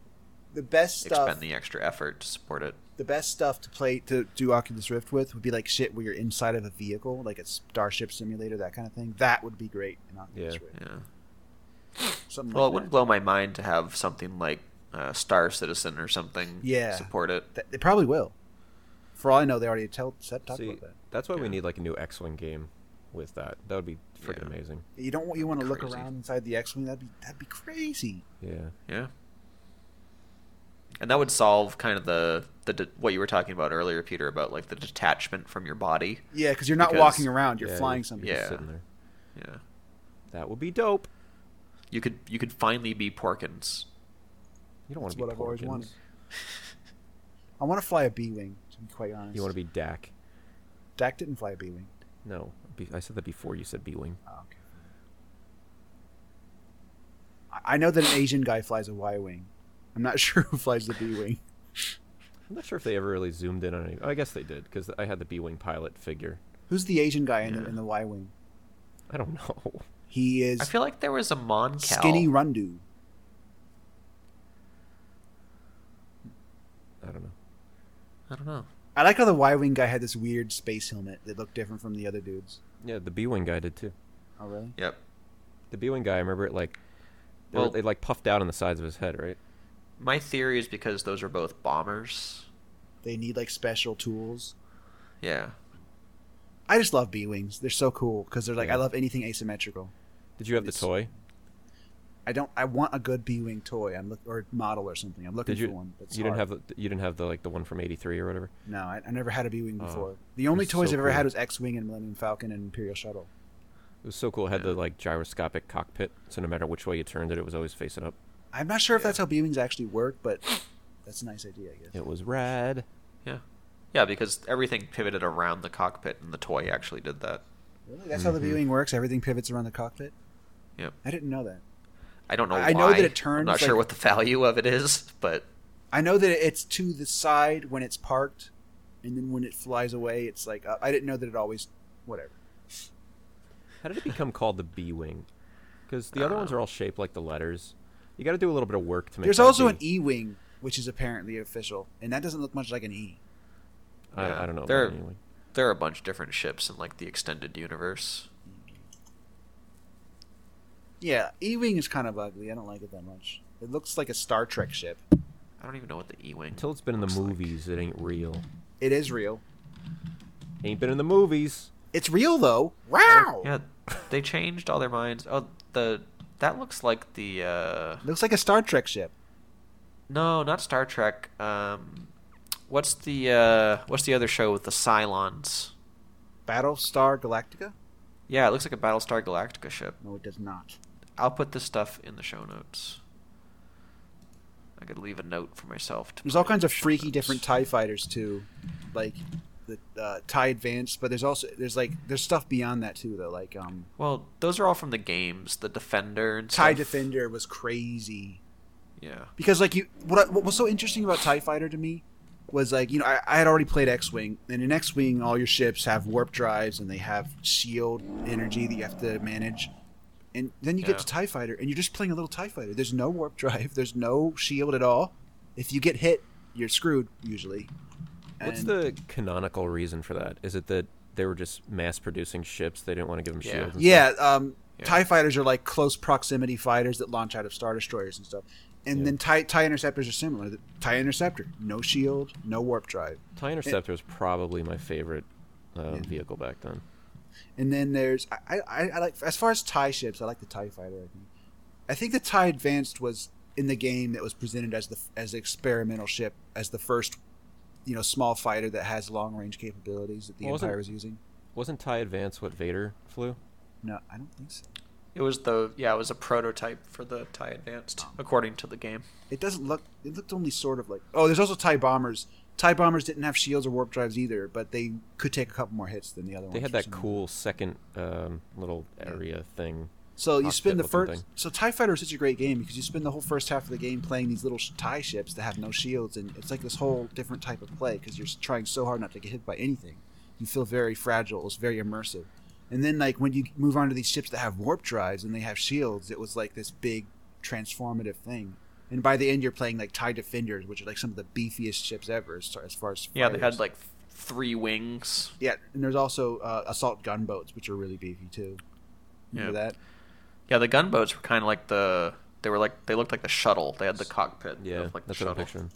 S4: The best stuff,
S3: expend the extra effort to support it.
S4: the best stuff to play to do Oculus Rift with would be like shit where you're inside of a vehicle, like a Starship Simulator, that kind of thing. That would be great in Oculus
S1: Yeah.
S4: Rift.
S3: Yeah.
S4: Something
S3: Well, it
S4: like
S3: wouldn't
S4: that.
S3: blow my mind to have something like uh, Star Citizen or something
S4: Yeah.
S3: support it.
S4: Th- they probably will. For all I know, they already tell said talk
S1: See,
S4: about that.
S1: that's why we
S3: Yeah.
S1: need like a new X-wing game with that. That would be freaking
S3: Yeah.
S1: amazing.
S4: You don't want you want to look
S3: Crazy.
S4: around inside the X-wing. That'd be that'd be crazy.
S1: Yeah.
S3: Yeah. And that would solve kind of the the de- what you were talking about earlier, Peter, about like the detachment from your body.
S4: Yeah, because you're not
S3: Because-
S4: walking around; you're
S1: Yeah,
S4: flying
S1: you're
S4: something.
S1: just
S3: Yeah.
S1: Sitting there.
S3: Yeah.
S1: That would be dope.
S3: You could you could finally be Porkins.
S1: You don't want
S4: That's
S1: to be
S4: what I've always
S1: Porkins.
S4: wanted. I want to fly a B-wing. To be quite honest,
S1: You want to be Dak?
S4: Dak didn't fly a B-wing.
S1: No, be- I said that before you said B-wing.
S4: Oh, okay. I I know that an Asian guy flies a Y-wing. I'm not sure who flies the B-wing.
S1: I'm not sure if they ever really zoomed in on any. I guess they did because I had the B-wing pilot figure.
S4: Who's the Asian guy in, the, in the Y wing?
S1: I don't know.
S4: He is
S3: I feel like there was a Mon Cal.
S4: skinny Rundu.
S1: I don't know.
S3: I don't know.
S4: I like how the Y wing guy had this weird space helmet that looked different from the other dudes.
S1: Yeah, the B wing guy did too.
S4: Oh really?
S3: Yep.
S1: The B wing guy, I remember it like, they,
S3: Well-
S1: were, they like puffed out on the sides of his head, right?
S3: My theory is because those are both bombers.
S4: They need like special tools.
S3: Yeah.
S4: I just love B wings. They're so cool because they're like
S1: Yeah.
S4: I love anything asymmetrical.
S1: Did you have the
S4: It's-
S1: toy?
S4: I don't. I want a good B wing toy. I'm look or model or something. I'm looking
S1: Did you?
S4: for one. That's
S1: you didn't
S4: hard.
S1: have the, you didn't have the like the one from '83 or whatever.
S4: No, I, I never had a B wing
S1: Oh,
S4: before. The only
S1: they're
S4: toys
S1: so
S4: I've ever
S1: cool.
S4: had was X wing and Millennium Falcon and Imperial Shuttle.
S1: It was so cool. It had the like gyroscopic cockpit, so no matter which way you turned it, it was always facing up.
S4: I'm not sure if that's how B wings actually work, but that's a nice idea. I guess.
S1: It was rad.
S3: Yeah. Yeah, because everything pivoted around the cockpit and the toy actually did that.
S4: Really? That's how
S1: Mm-hmm.
S4: the B wing works. Everything pivots around the cockpit.
S3: Yep.
S4: I didn't know that.
S3: I don't know
S4: I- I know
S3: why.
S4: that it turns,
S3: I'm not sure
S4: like-
S3: what the value of it is, but
S4: I know that it's to the side when it's parked, and then when it flies away, it's like up. I didn't know that it always. Whatever.
S1: How did it become called the B wing? Because the other ones are all shaped like the letters. You got to do a little bit of work to make.
S4: Uh. There's
S1: that
S4: also
S1: B.
S4: an E wing, which is apparently official, and that doesn't look much like an E.
S1: I,
S3: Yeah.
S1: I don't know.
S3: They're-
S1: About anyway.
S3: there are a bunch of different ships in like the extended universe.
S4: Yeah, E wing is kind of ugly. I don't like it that much. It looks like a Star Trek ship.
S3: I don't even know what the E Wing
S1: Until it's been in the
S3: looks like.
S1: movies, it ain't real.
S4: It is real.
S1: Ain't been in the movies.
S4: It's real though. Wow.
S3: Yeah. They changed all their minds. Oh the that looks like the uh
S4: Looks like a Star Trek ship.
S3: No, not Star Trek. Um, what's the uh, what's the other show with the Cylons?
S4: Battlestar Galactica?
S3: Yeah, it looks like a Battlestar Galactica ship.
S4: No, it does not.
S3: I'll put this stuff in the show notes. I could leave a note for myself. To
S4: There's
S3: put
S4: all
S3: in
S4: kinds
S3: the
S4: of
S3: show
S4: freaky
S3: notes.
S4: different Tie Fighters too, like the uh, Tie Advance. But there's also there's like there's stuff beyond that too though. Like um,
S3: Well, those are all from the games, the Defender and
S4: Tie
S3: stuff.
S4: Defender was crazy.
S3: Yeah,
S4: because like you what, I, what was so interesting about tie fighter to me was like you know I, I had already played x-wing and in x-wing all your ships have warp drives and they have shield energy that you have to manage and then you
S3: Yeah.
S4: get to tie fighter and you're just playing a little tie fighter there's no warp drive there's no shield at all if you get hit you're screwed usually
S1: What's
S4: And-
S1: the canonical reason for that? Is it that they were just mass producing ships? They didn't want to give them
S3: Yeah.
S1: shields. and
S4: yeah um tie fighters are like close proximity fighters that launch out of star destroyers and stuff and then tie, tie interceptors are similar the tie interceptor no shield no warp drive
S1: stuff? Tie Interceptor was probably my favorite uh, vehicle back then.
S4: And then there's I, I, I like as far as tie ships, I like the tie fighter. I think I think the tie advanced was in the game that was presented as the as the experimental ship as the first you know small fighter that has long range capabilities that the
S1: Well, wasn't-
S4: Empire was using.
S1: Wasn't Tie Advance what Vader flew?
S4: No, I don't think so.
S3: it was the yeah, it was a prototype for the Tie Advanced, according to the game.
S4: It doesn't look. It looked only sort of like. Oh, there's also tie bombers. Tie bombers didn't have shields or warp drives either, but they could take a couple more hits than the other ones.
S1: They had
S4: for
S1: that
S4: some reason.
S1: cool second um, little area thing.
S4: So you
S1: cockpit
S4: spend the
S1: looking
S4: first.
S1: thing.
S4: So Tie Fighter is such a great game because you spend the whole first half of the game playing these little sh- tie ships that have no shields, and it's like this whole different type of play because you're s- trying so hard not to get hit by anything. You feel very fragile. It's very immersive. And then like when you move on to these ships that have warp drives and they have shields, it was like this big transformative thing. And by the end, you're playing like Tie Defenders, which are like some of the beefiest ships ever as, as far as
S3: Yeah, they
S4: fighters.
S3: had like th- three wings.
S4: yeah, and there's also uh, assault gunboats, which are really beefy too. Remember
S3: Yeah.
S4: that?
S3: Yeah, the gunboats were kind of like the they were like they looked like the shuttle. They had the cockpit.
S1: Yeah,
S3: of like the
S1: that's what I'm
S3: shuttle.
S1: picturing.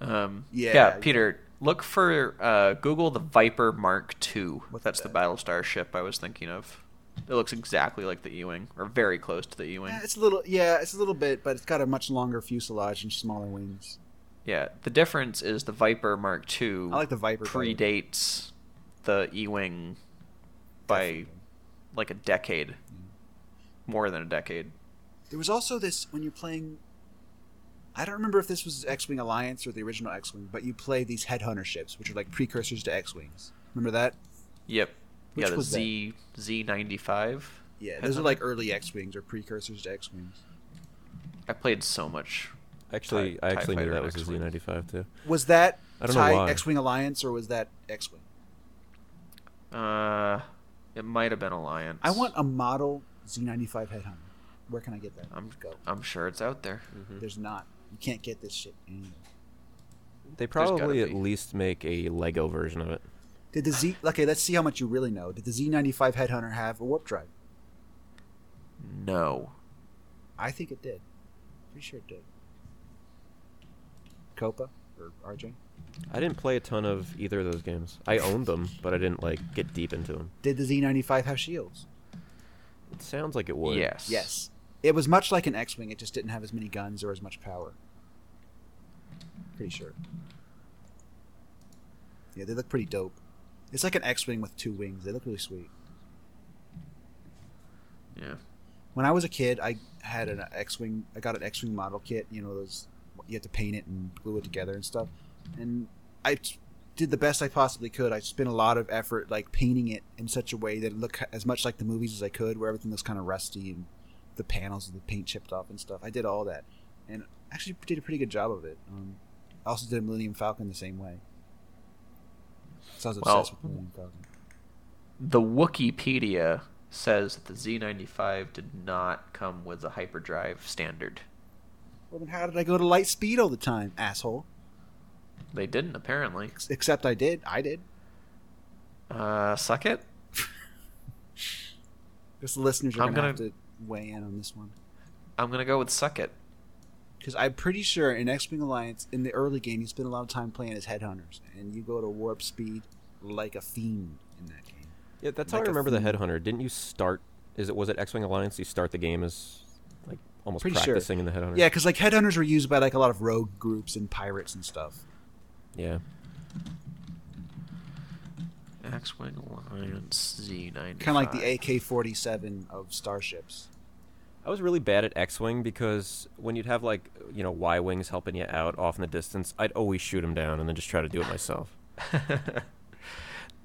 S3: Um,
S4: Yeah,
S3: yeah,
S4: yeah.
S3: Peter, look for uh, Google the Viper Mark II.
S4: What's
S3: That's the Battlestar ship I was thinking of. It looks exactly like the E-wing, or very close to the E-wing.
S4: Yeah, it's a little. Yeah, it's a little bit, but it's got a much longer fuselage and smaller wings.
S3: Yeah, the difference is the Viper Mark II.
S4: I like the Viper better.
S3: Predates the E-wing by like a decade, more than a decade.
S4: There was also this when you're playing. I don't remember if this was X-wing Alliance or the original X-wing, but you play these headhunter ships, which are like precursors to X-wings. Remember that?
S3: Yep.
S4: Which
S3: yeah, the
S4: was that?
S3: Z Z ninety five.
S4: Yeah, those are like early X-wings or precursors to X-wings.
S3: I played so much.
S1: Actually,
S3: TIE
S1: I actually knew
S3: Fighter
S1: that
S3: and
S1: was a
S3: X-Wing.
S1: Z95 too.
S4: Was that
S1: I don't know
S4: TIE
S1: why.
S4: X-wing Alliance or was that X-wing?
S3: Uh, it might have been Alliance.
S4: I want a model Z95 Headhunter. Where can I get that?
S3: I'm
S4: go.
S3: I'm sure it's out there.
S1: mm-hmm.
S4: There's not. You can't get this shit anywhere.
S1: They
S3: gotta
S1: probably at
S3: be.
S1: least make a Lego version of it.
S4: Did the Z? Okay, let's see how much you really know. Did the Z95 Headhunter have a warp drive?
S3: No.
S4: I think it did. Pretty sure it did. Copa or RJ?
S1: I didn't play a ton of either of those games. I owned them, but I didn't like get deep into them.
S4: Did the Z95 have shields?
S1: It sounds like it would.
S3: Yes.
S4: Yes. It was much like an X-wing. It just didn't have as many guns or as much power. Pretty sure. Yeah, they look pretty dope. It's like an X-wing with two wings. They look really sweet.
S3: Yeah.
S4: when I was a kid, I had an X wing. I got an X wing model kit. You know those you had to paint it and glue it together and stuff. And I t- did the best I possibly could. I spent a lot of effort like painting it in such a way that it looked as much like the movies as I could, where everything was kind of rusty and the panels of the paint chipped off and stuff. I did all that, and actually did a pretty good job of it. Um, I also did a Millennium Falcon the same way. So I was obsessed
S3: Well-
S4: with Millennium Falcon.
S3: The Wikipedia says that the Z95 did not come with a hyperdrive standard.
S4: Well, then how did I go to light speed all the time, asshole?
S3: They didn't apparently.
S4: Ex- Except I did. I did.
S3: Uh, suck it.
S4: Because the listeners are
S3: I'm
S4: going to have
S3: gonna-
S4: to weigh in on this one.
S3: I'm gonna go with suck it.
S4: Because I'm pretty sure in X Wing Alliance, in the early game, you spend a lot of time playing as headhunters, and you go to warp speed like a fiend in that game.
S1: Yeah, that's how I
S4: Like a
S1: remember the
S4: theme.
S1: Headhunter. Didn't you start? Is it was it X Wing Alliance? You start the game as like almost
S4: Pretty sure.
S1: practicing in the Headhunter.
S4: Yeah, because like headhunters were used by like a lot of rogue groups and pirates and stuff.
S1: Yeah.
S3: X-wing Alliance Z95.
S4: Kind of like the AK-47 of starships.
S1: I was really bad at X Wing because when you'd have like you know Y wings helping you out off in the distance, I'd always shoot them down and then just try to do it myself.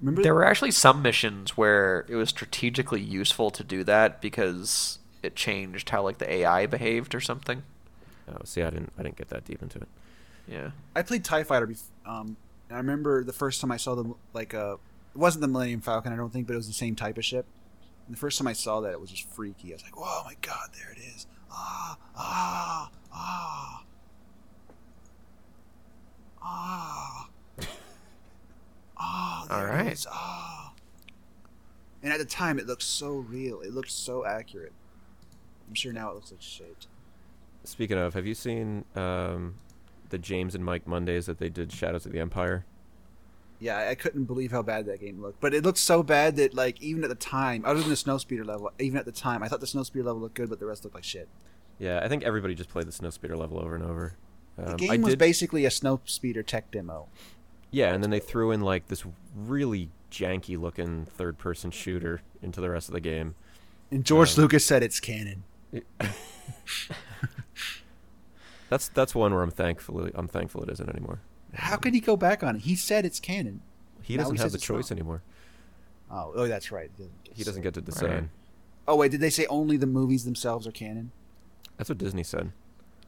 S4: Remember?
S3: There were actually some missions where it was strategically useful to do that because it changed how like the AI behaved or something.
S1: Oh, see, I didn't I didn't get that deep into it.
S3: Yeah.
S4: I played Tie Fighter, bef- um, and I remember the first time I saw the like uh, it wasn't the Millennium Falcon, I don't think, but it was the same type of ship. And the first time I saw that, it was just freaky. I was like, "Whoa, my god, there it is! Ah, ah, ah, ah, ah!" there
S3: All
S4: it
S3: right.
S4: is, Ah. And at the time, it looked so real. It looked so accurate. I'm sure now it looks like shit.
S1: Speaking of, have you seen um, the James and Mike Mondays that they did Shadows of the Empire?
S4: Yeah, I- I couldn't believe how bad that game looked. But it looked so bad that, like, even at the time, other than the snowspeeder level, even at the time, I thought the snowspeeder level looked good, but the rest looked like shit.
S1: Yeah, I think everybody just played the Snowspeeder level over and over. Um,
S4: The game
S1: I
S4: was
S1: did-
S4: basically a snowspeeder tech demo.
S1: Yeah, and then they threw in like this really janky looking third person shooter into the rest of the game.
S4: And George
S1: Um,
S4: Lucas said it's canon.
S1: That's that's one where I'm thankfully I'm thankful it isn't anymore.
S4: How could he go back on it? He said it's canon.
S1: He
S4: Now
S1: doesn't
S4: he
S1: have
S4: says
S1: the
S4: it's wrong.
S1: choice anymore.
S4: Oh, oh, that's right. He doesn't get to
S1: He
S4: say.
S1: doesn't get to decide.
S3: Right.
S4: Oh wait, did they say only the movies themselves are canon?
S1: That's what Disney said.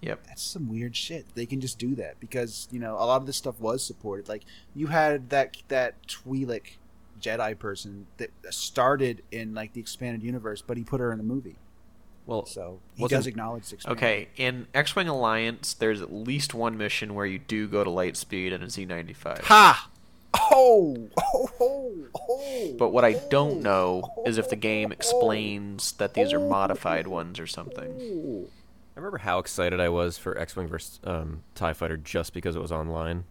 S3: Yep.
S4: That's some weird shit. They can just do that because you know a lot of this stuff was supported. Like you had that that Twi'lek Jedi person that started in like the expanded universe, but he put her in the movie.
S1: Well,
S4: So he
S1: Wasn't-
S4: does acknowledge the experiment.
S3: Okay, in X-wing Alliance, there's at least one mission where you do go to light speed in a Z95.
S4: Ha! Oh! Oh! Oh! oh.
S3: But what I don't know is if the game explains that these are modified ones or something.
S1: I remember how excited I was for X Wing versus um, Tie Fighter just because it was online.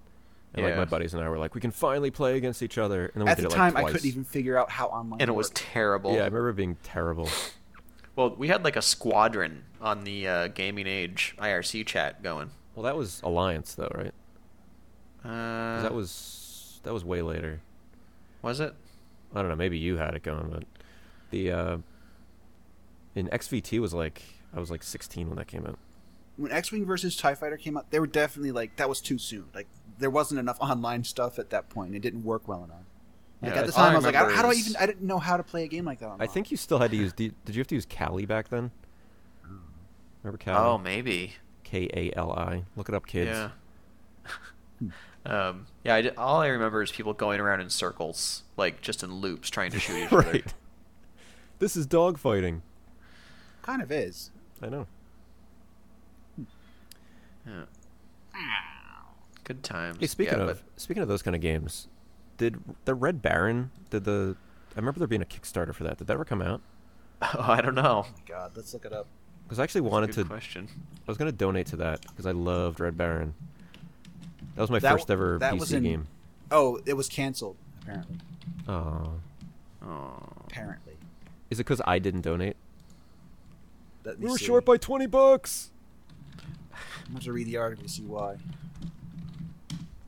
S1: And like
S3: Yeah.
S1: my buddies and I were like, we can finally play against each other. And then we
S4: At
S1: did
S4: the
S1: it
S4: time,
S1: like
S4: I
S1: twice.
S4: couldn't even figure out how online.
S3: And it was
S4: worked.
S3: terrible.
S1: Yeah, I remember it being terrible.
S3: Well, we had like a squadron on the uh, Gaming Age IRC chat going.
S1: well, that was Alliance though, right? 'Cause
S3: Uh,
S1: That was that was way later.
S3: was it?
S1: I don't know. Maybe you had it going, but the uh, in XVT was like I was like 16 when that came out.
S4: when X Wing versus Tie Fighter came out, they were definitely like that was too soon. Like there wasn't enough online stuff at that point. and It didn't work well enough. Like
S3: Yeah,
S4: at the
S3: that's- all I
S4: time, I was like, I-
S3: remember
S4: how do I
S3: is-
S4: even? I didn't know how to play a game like that. Online.
S1: I think you still had to use. Did did you have to use Cali back then?
S4: Mm.
S1: Remember Cali?
S4: Oh.
S3: Oh, maybe.
S1: K A L I. Look it up, kids.
S3: Yeah. Um, yeah, I di- all I remember is people going around in circles, like just in loops, trying to shoot each other.
S1: right. This is dog fighting.
S4: Kind of is.
S1: I know.
S3: Yeah. Good times.
S1: Hey, speaking
S3: Yeah,
S1: of speaking of those kind of games, did the Red Baron? Did the I remember there being a Kickstarter for that. Did that ever come out?
S3: but- oh, I don't know.
S4: God, let's look it up.
S1: Because I actually wanted
S3: Good
S1: to.
S3: question.
S1: I was going to donate to that because I loved Red Baron. That was my
S4: That w-
S1: first ever
S4: that
S1: PC
S4: was in-
S1: game.
S4: Oh, it was canceled apparently.
S1: Oh,
S3: Oh,
S4: Apparently.
S1: is it because I didn't donate?
S4: Let me
S1: We were
S4: see.
S1: short by twenty bucks.
S4: I'm going to read the article to see why.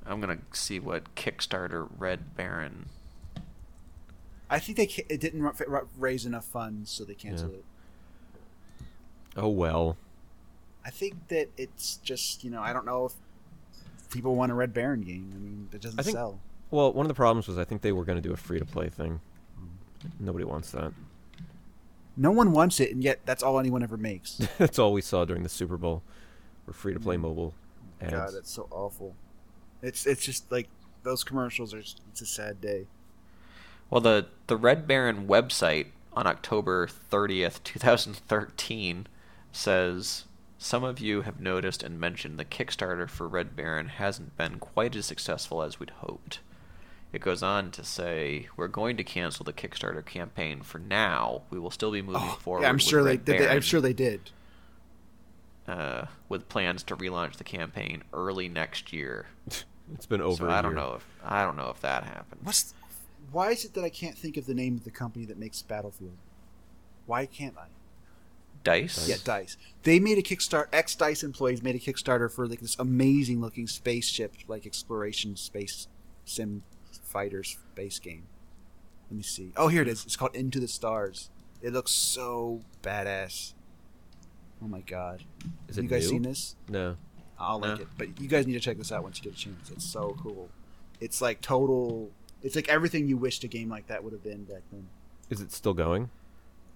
S3: I'm gonna see what Kickstarter Red Baron.
S4: I think they ca- it didn't ra- ra- raise enough funds, so they canceled
S1: Yeah.
S4: it.
S1: Oh well.
S4: I think that it's just you know I don't know if people want a Red Baron game. I mean, it doesn't
S1: I think-
S4: sell.
S1: Well, one of the problems was I think they were going to do a free to play thing. Nobody wants that.
S4: No one wants it, and yet that's all anyone ever makes.
S1: That's all we saw during the Super Bowl. Were free to
S4: Mm.
S1: play mobile ads.
S4: God, that's so awful. It's it's just like those commercials are. just- It's a sad day.
S3: Well, the the Red Baron website on October 30th, 2013, says some of you have noticed and mentioned the Kickstarter for Red Baron hasn't been quite as successful as we'd hoped. It goes on to say we're going to cancel the Kickstarter campaign for now. We will still be moving forward.
S4: Oh, yeah, I'm
S3: with
S4: sure they,
S3: Red
S4: did. they- I'm
S3: Baron."
S4: sure they did.
S3: uh, with plans to relaunch the campaign early next year.
S1: It's been over.
S3: so
S1: I
S3: I don't know if I don't know if that happened.
S4: What's why is it that I can't think of the name of the company that makes Battlefield? Why can't I?
S3: Dice?
S4: Yeah, Dice. They made a Kickstarter. Ex Dice employees made a Kickstarter for like this amazing looking spaceship, like exploration space sim fighter space game. Let me see. Oh, here it is. It's called Into the Stars. It looks so badass. Oh my god!
S1: Is
S4: Have
S1: it
S4: you guys
S1: new?
S4: seen this?
S1: No.
S4: I'll link
S3: No.
S4: it. But you guys need to check this out once you get a chance. It's so cool. It's like total. It's like everything you wished a game like that would have been back then
S1: Is it still going?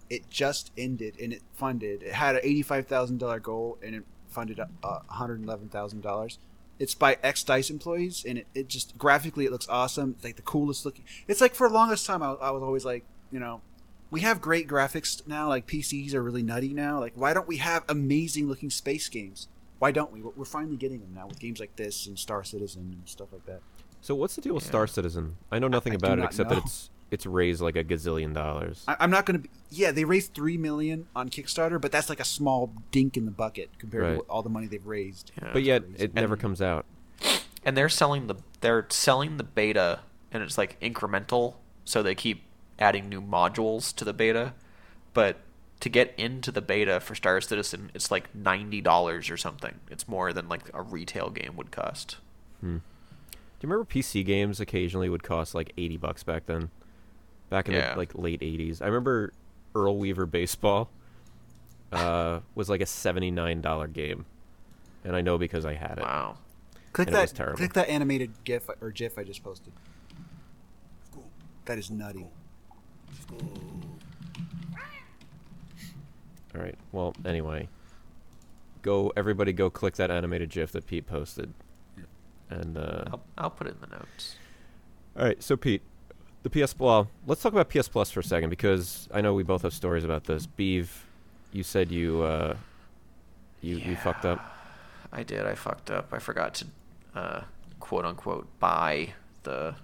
S4: it just ended and it funded. It had an eighty-five thousand dollar goal and it funded uh, one hundred eleven thousand dollars. It's by ex Dice employees and it, it just graphically it looks awesome. It's like the coolest looking. It's like for the longest time I, I was always like, you know, we have great graphics now. Like PCs are really nutty now. Like why don't we have amazing looking space games? Why don't we? We're we're finally getting them now with games like this and Star Citizen and stuff like that.
S1: So what's the deal with Star Citizen? I know nothing
S4: I do
S1: about it
S4: not
S1: except
S4: know.
S1: that it's it's raised like a gazillion dollars.
S4: I, I'm not going to. be Yeah, they raised three million on Kickstarter, but that's like a small dink in the bucket compared
S1: Right.
S4: to what, all the money they've raised.
S3: Yeah.
S1: But yet
S4: crazy.
S1: it never
S3: And-
S1: comes out.
S3: and they're selling the they're selling the beta and it's like incremental so they keep adding new modules to the beta but to get into the beta for star citizen it's like $90 or something it's more than like a retail game would cost
S1: Do you remember PC games occasionally would cost like eighty bucks back then? Back in
S3: Yeah.
S1: the like late eighties. I remember Earl Weaver baseball uh, was like a seventy nine dollar game. And I know because I had it.
S3: wow
S4: Click
S1: And it was
S4: that.
S1: terrible.
S4: Click that animated GIF or GIF I just posted. That is nutty.
S1: Alright. Well anyway. Go everybody go click that animated GIF that Pete posted. And uh,
S3: I'll, I'll put it in the notes
S1: All right, so Pete, the PS Plus. Let's talk about PS Plus for a second because I know we both have stories about this. Beeve, you said you uh, you you fucked up.
S3: i did i fucked up i forgot to uh, quote unquote buy the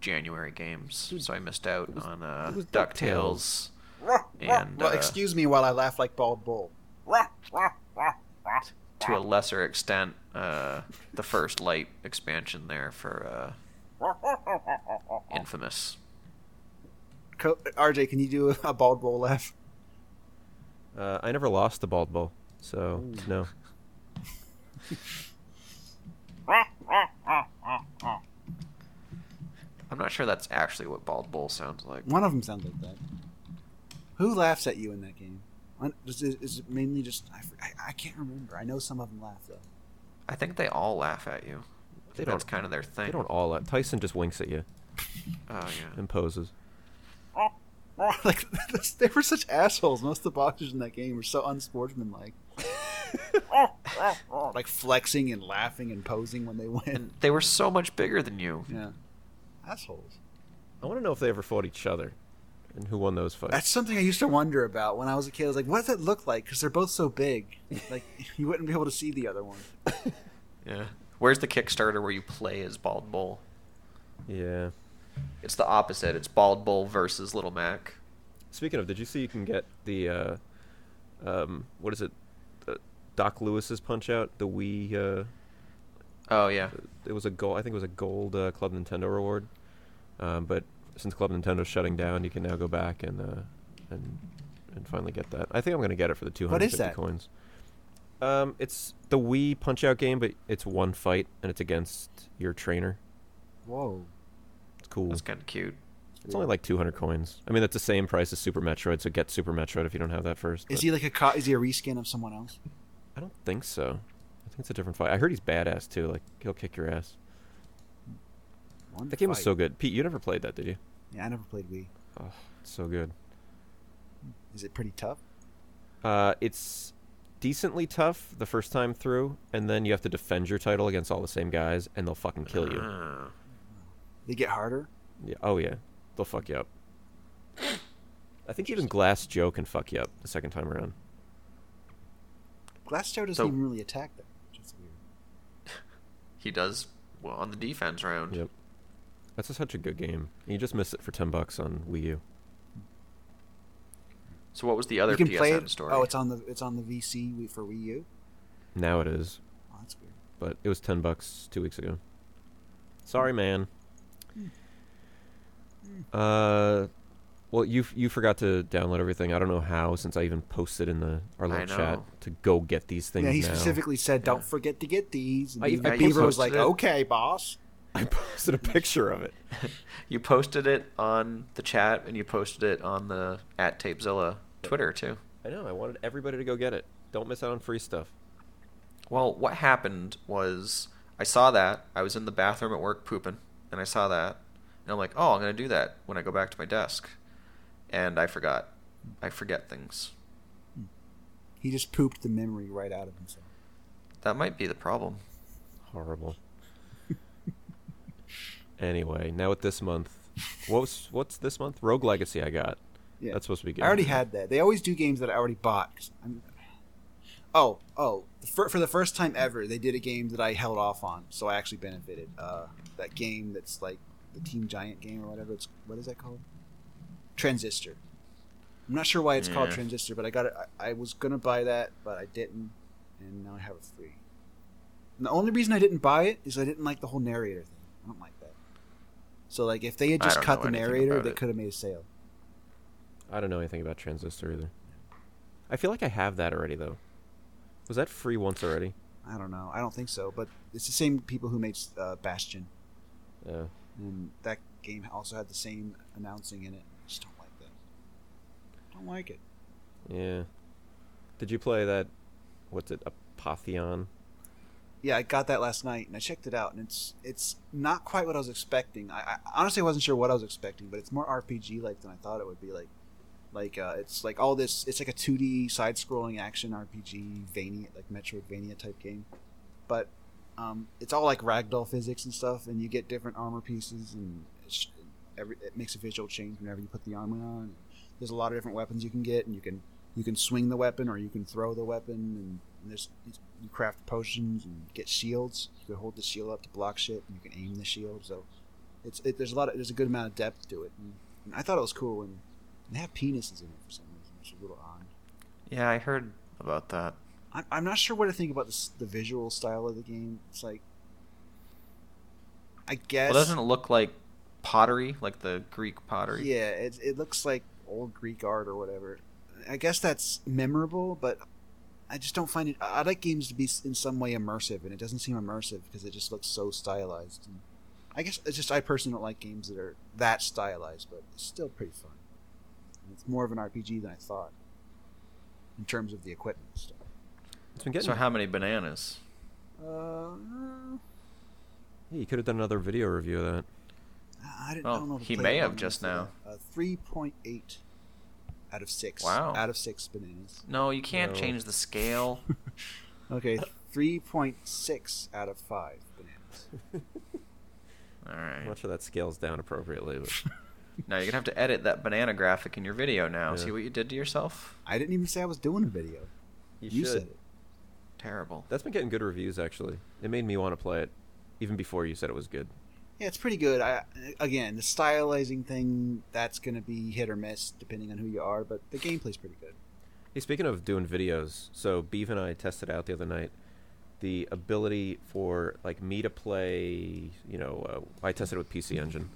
S3: january games so i missed out on uh,
S1: it was
S3: ducktales And,
S4: well,
S3: uh,
S4: excuse me while I laugh like bald bull.
S3: to a lesser extent uh, the first light expansion there for uh, infamous
S4: Co- RJ, can you do a bald bull laugh?
S1: Uh, I never lost the bald bull, so no.
S3: i'm not sure that's actually what bald bull sounds like
S4: One of them sounds like that. Who laughs at you in that game? Un- Is it, is it mainly just? I, fr- I, I can't remember. I know some of them laugh though.
S3: i think they all laugh at you I
S1: They
S3: think that's
S1: don't-
S3: kind of their thing
S1: They don't all. Let, Tyson just winks at you
S3: oh yeah
S1: and poses.
S4: like they were such assholes. Most of the bosses in that game were so unsportsmanlike. like flexing and laughing and posing when they win.
S3: They were so much bigger than you.
S4: Yeah, assholes.
S1: I want to know if they ever fought each other, and who won those fights.
S4: That's something I used to wonder about when I was a kid. I was like, what does it look like? Because they're both so big. Like, you wouldn't be able to see the other one.
S3: Yeah. Where's the Kickstarter where you play as Bald Bull?
S1: yeah.
S3: It's the opposite. It's Bald Bull versus Little Mac.
S1: Speaking of, did you see you can get the uh, um, what is it? Uh, Doc Lewis's Punch Out. The Wii. Uh,
S3: Oh yeah.
S1: it was a gold. I think it was a gold uh, Club Nintendo reward. Um, but since Club Nintendo's shutting down, you can now go back and uh, and and finally get that. I think I'm gonna get it for the 250
S4: What is that?
S1: coins. Um, it's the Wii Punch Out game, but it's one fight and it's against your trainer.
S4: Whoa.
S1: It's cool.
S3: That's kind of cute.
S1: It's only like 200 coins. I mean, that's the same price as Super Metroid, so get Super Metroid if you don't have that first.
S4: Is
S1: but
S4: he like a co- is he a reskin of someone else?
S1: I don't think so. I think it's a different fight. I heard he's badass too. Like he'll kick your ass.
S4: One
S1: That game was
S4: fight.
S1: so good. Pete, you never played that, did you?
S4: Yeah, I never played Wii.
S1: It's so good.
S4: Is it pretty tough?
S1: Uh, it's decently tough the first time through, and then you have to defend your title against all the same guys, and they'll fucking kill you.
S3: Ah.
S4: They get harder.
S1: Yeah. Oh yeah, they'll fuck you up. I think even Glass Joe can fuck you up the second time around.
S4: Glass Joe doesn't
S3: So-
S4: even really attack them. Which is weird.
S3: He does well on the defense round.
S1: Yep. That's just such a good game. You just missed it for ten bucks on Wii U.
S3: So what was the other
S4: you can
S3: PSN
S4: play it.
S3: story?
S4: Oh, it's on the it's on the VC Wii- for Wii U.
S1: Now it is,
S4: Oh, that's weird.
S1: but it was ten bucks two weeks ago. Sorry, man. Uh, well, you f- you forgot to download everything. I don't know how, since I even posted in the our
S3: I
S1: little chat
S3: know.
S1: to go get these things.
S4: Yeah, he
S1: now.
S4: specifically said, "Don't forget to get these." And
S1: I-
S4: Beaver-
S1: I
S4: Beaver was
S1: posted
S4: like,
S3: it.
S4: "Okay, boss."
S1: I posted a picture of it.
S3: You posted it on the chat and you posted it on the at Tapezilla Twitter too.
S1: I know. I wanted everybody to go get it. Don't miss out on free stuff.
S3: Well, what happened was I saw that. I was in the bathroom at work pooping, and I saw that. And I'm like, oh, I'm going to do that when I go back to my desk. And I forgot. I forget things.
S4: He just pooped the memory right out of himself.
S3: That might be the problem.
S1: Horrible. anyway, now with this month, what's what's this month? Rogue Legacy. I got.
S4: Yeah.
S1: That's supposed to be good.
S4: I already had that. They always do games that I already bought. 'cause I'm- Oh, oh! For, for the first time ever, they did a game that I held off on, so I actually benefited. Uh, that game that's like the Team Giant game or whatever. It's what is that called? Transistor. I'm not sure why it's called
S3: Yeah.
S4: Transistor, but I got it. I, I was gonna buy that, but I didn't, and now I have it free. And the only reason I didn't buy it is I didn't like the whole narrator thing. I don't like that. So like, if they had
S3: I
S4: just
S3: don't
S4: cut
S3: know
S4: the
S3: anything
S4: narrator,
S3: about
S4: they
S3: it.
S4: could have made a sale.
S1: I don't know anything about Transistor either. I feel like I have that already though. Was that free once already?
S4: I don't know. I don't think so. But it's the same people who made uh, Bastion,
S1: Yeah.
S4: and that game also had the same announcing in it. I just don't like that. Don't like it.
S1: Yeah. Did you play that? What's it? Apotheon.
S4: Yeah, I got that last night, and I checked it out, and it's it's not quite what I was expecting. I, I honestly wasn't sure what I was expecting, but it's more RPG like than I thought it would be. Like, like uh, it's like all this. It's like a two D side scrolling action RPG, Vania like Metroidvania type game, but um, it's all like ragdoll physics and stuff, and you get different armor pieces, and it's, every it makes a visual change whenever you put the armor on. There's a lot of different weapons you can get, and you can you can swing the weapon or you can throw the weapon, and there's you craft potions and get shields. You can hold the shield up to block shit, and you can aim the shield. So it's it, there's a lot of there's a good amount of depth to it. And, and I thought it was cool, and they have penises in it for some reason, which is a little odd.
S3: Yeah, I heard about that.
S4: I'm, I'm not sure what to think about the, s- the visual style of the game. It's like, I guess.
S3: Well, doesn't it look like pottery, like the Greek pottery?
S4: yeah, it, it looks like old Greek art or whatever. I guess that's memorable, but I just don't find it. I I like games to be s- in some way immersive, and it doesn't seem immersive because it just looks so stylized. And I guess it's just I personally don't like games that are that stylized, but it's still pretty fun. And it's more of an RPG than I thought in terms of the equipment and stuff.
S1: It's been getting.
S3: So how many bananas?
S4: Uh,
S1: Hey, you could have done another video review of that.
S4: I, didn't, I
S3: Well,
S4: don't know. if it
S3: he
S4: played
S3: may
S4: it
S3: have
S4: on
S3: just
S4: the-
S3: now.
S4: Uh, Three point eight out of six.
S3: Wow.
S4: Out of six bananas.
S3: No, you can't
S1: No.
S3: change the scale.
S4: Okay, 3.6 out of five bananas.
S3: All right.
S1: Much of that scales down appropriately. But
S3: Now you're gonna have to edit that banana graphic in your video. Now, see what you did to yourself.
S4: I didn't even say I was doing a video. You, said it.
S3: Terrible.
S1: That's been getting good reviews actually. It made me want to play it, even before you said it was good.
S4: Yeah, it's pretty good. I again, the stylizing thing that's going to be hit or miss depending on who you are, but the gameplay's pretty good.
S1: Hey, speaking of doing videos, so Beav and I tested out the other night the ability for like me to play. You know, uh, I tested it with PC Engine.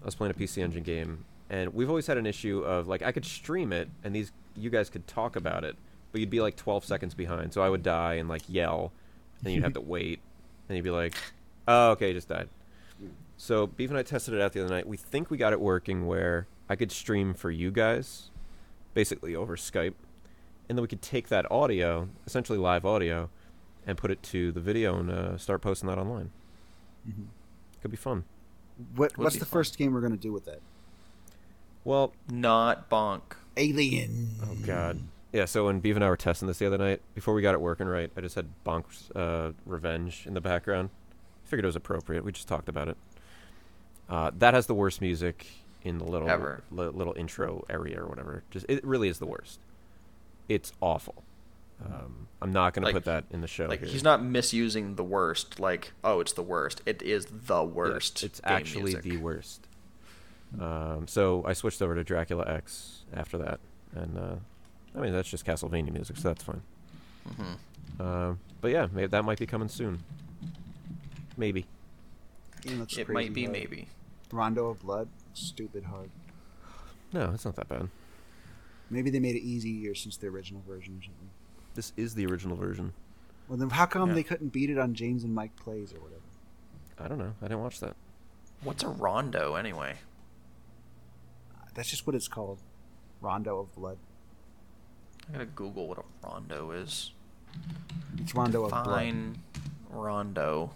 S1: I was playing a PC Engine game, and we've always had an issue of like I could stream it, and these you guys could talk about it, but you'd be like 12 seconds behind. So I would die and like yell, and you'd have to wait, and you'd be like, "Oh, okay, just died." So Beef and I tested it out the other night. We think we got it working where I could stream for you guys, basically over Skype, and then we could take that audio, essentially live audio, and put it to the video and uh, start posting that online. Could be fun.
S4: What
S3: Would
S4: what's
S3: be
S4: the
S3: fun.
S4: first game we're going to do with that?
S1: Well,
S3: Not bonk.
S4: Alien.
S1: oh god, yeah. So when Beef and I were testing this the other night, before we got it working right, I just had Bonk's uh, Revenge in the background. Figured it was appropriate. We just talked about it. Uh, that has the worst music in the little
S3: Ever.
S1: li- little intro area or whatever. Just it really is the worst. It's awful. Um, I'm not going
S3: Like-
S1: to put that in the show.
S3: Like
S1: here.
S3: he's not misusing the worst. Like oh, it's the worst. It is the
S1: Yeah,
S3: worst.
S1: It's actually the worst. Um, so I switched over to Dracula X after that, and uh, I mean that's just Castlevania music, so that's fine.
S3: Mm-hmm.
S1: Um, but yeah, maybe that might be coming soon. Maybe.
S4: Game looks
S3: the. It
S4: crazy
S3: might be
S4: hard.
S3: maybe.
S4: Rondo of Blood, stupid hard.
S1: No, it's not that bad.
S4: Maybe they made it easier since the original version or something.
S1: This is the original version.
S4: Well, then how come
S3: Yeah.
S4: they couldn't beat it on James and Mike plays or whatever?
S1: I don't know. I didn't watch that.
S3: What's a rondo anyway?
S4: That's just what it's called. Rondo of Blood.
S3: I gotta Google what a rondo is.
S4: It's Rondo of Blood.
S3: Fine rondo.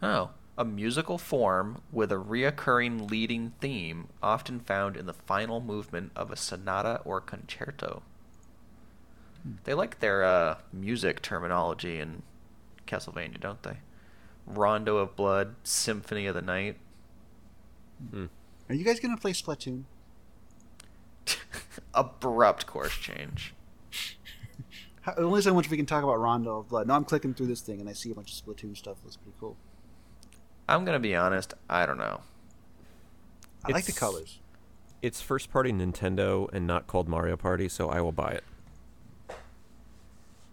S3: Oh, a musical form with a reoccurring leading theme, often found in the final movement of a sonata or concerto. They like their uh, music terminology in Castlevania, don't they? Rondo of Blood, Symphony of the Night.
S1: Hmm.
S4: Are you guys gonna play Splatoon?
S3: Abrupt course change.
S4: How, only so much we can talk about Rondo of Blood. No, I'm clicking through this thing and I see a bunch of Splatoon stuff. That's pretty cool.
S3: I'm gonna be honest. I don't know.
S4: I like the
S1: It's-
S4: colors.
S1: It's first party Nintendo and not called Mario Party, so I will buy it.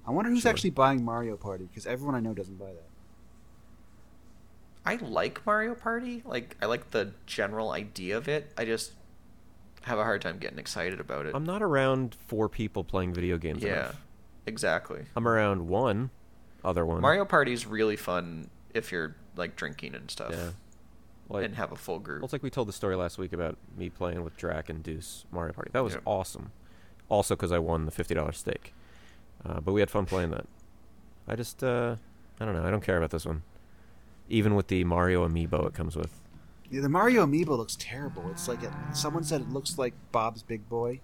S4: I wonder who's
S1: Sure.
S4: actually buying Mario Party because everyone I know doesn't buy that.
S3: I like Mario Party. Like I like the general idea of it. I just have a hard time getting excited about it.
S1: I'm not around four people playing video games.
S3: yeah.
S1: enough.
S3: Exactly.
S1: I'm around one, other one.
S3: Mario Party's really fun if you're like drinking and stuff
S1: Yeah. Like,
S3: and have a full group.
S1: Well, it's like we told the story last week about me playing with Drac and Deuce Mario Party. That was
S3: Yeah.
S1: awesome. Also, because I won the fifty dollars stake, uh, but we had fun playing that. I just, uh, I don't know. I don't care about this one, even with the Mario amiibo it comes with.
S4: Yeah, the Mario Amiibo looks terrible. It's like it, someone said it looks like Bob's Big Boy,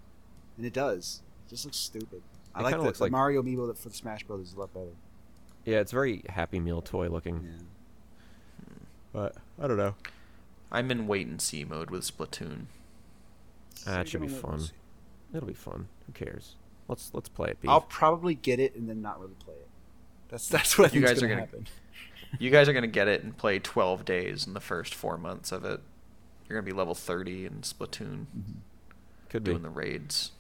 S4: and it does. It just looks stupid. I
S1: It
S4: like
S1: kinda
S4: the,
S1: looks
S4: the
S1: like-
S4: Mario Amiibo that for the Smash Brothers is a lot better.
S1: Yeah, it's very Happy Meal toy looking.
S4: Yeah.
S1: But I don't know.
S3: I'm in wait and see mode with Splatoon.
S1: Ah, it
S4: So
S1: should be
S4: we're gonna-
S1: fun. It'll be fun. Who cares? Let's let's play it. Beef.
S4: I'll probably get it and then not really play it. That's that's what I
S3: You
S4: think's
S3: guys are
S4: gonna
S3: gonna-
S4: happen.
S3: You guys are gonna get it and play 12 days in the first four months of it. You're gonna be level 30 in Splatoon,
S1: Mm-hmm. Could be.
S3: doing the raids.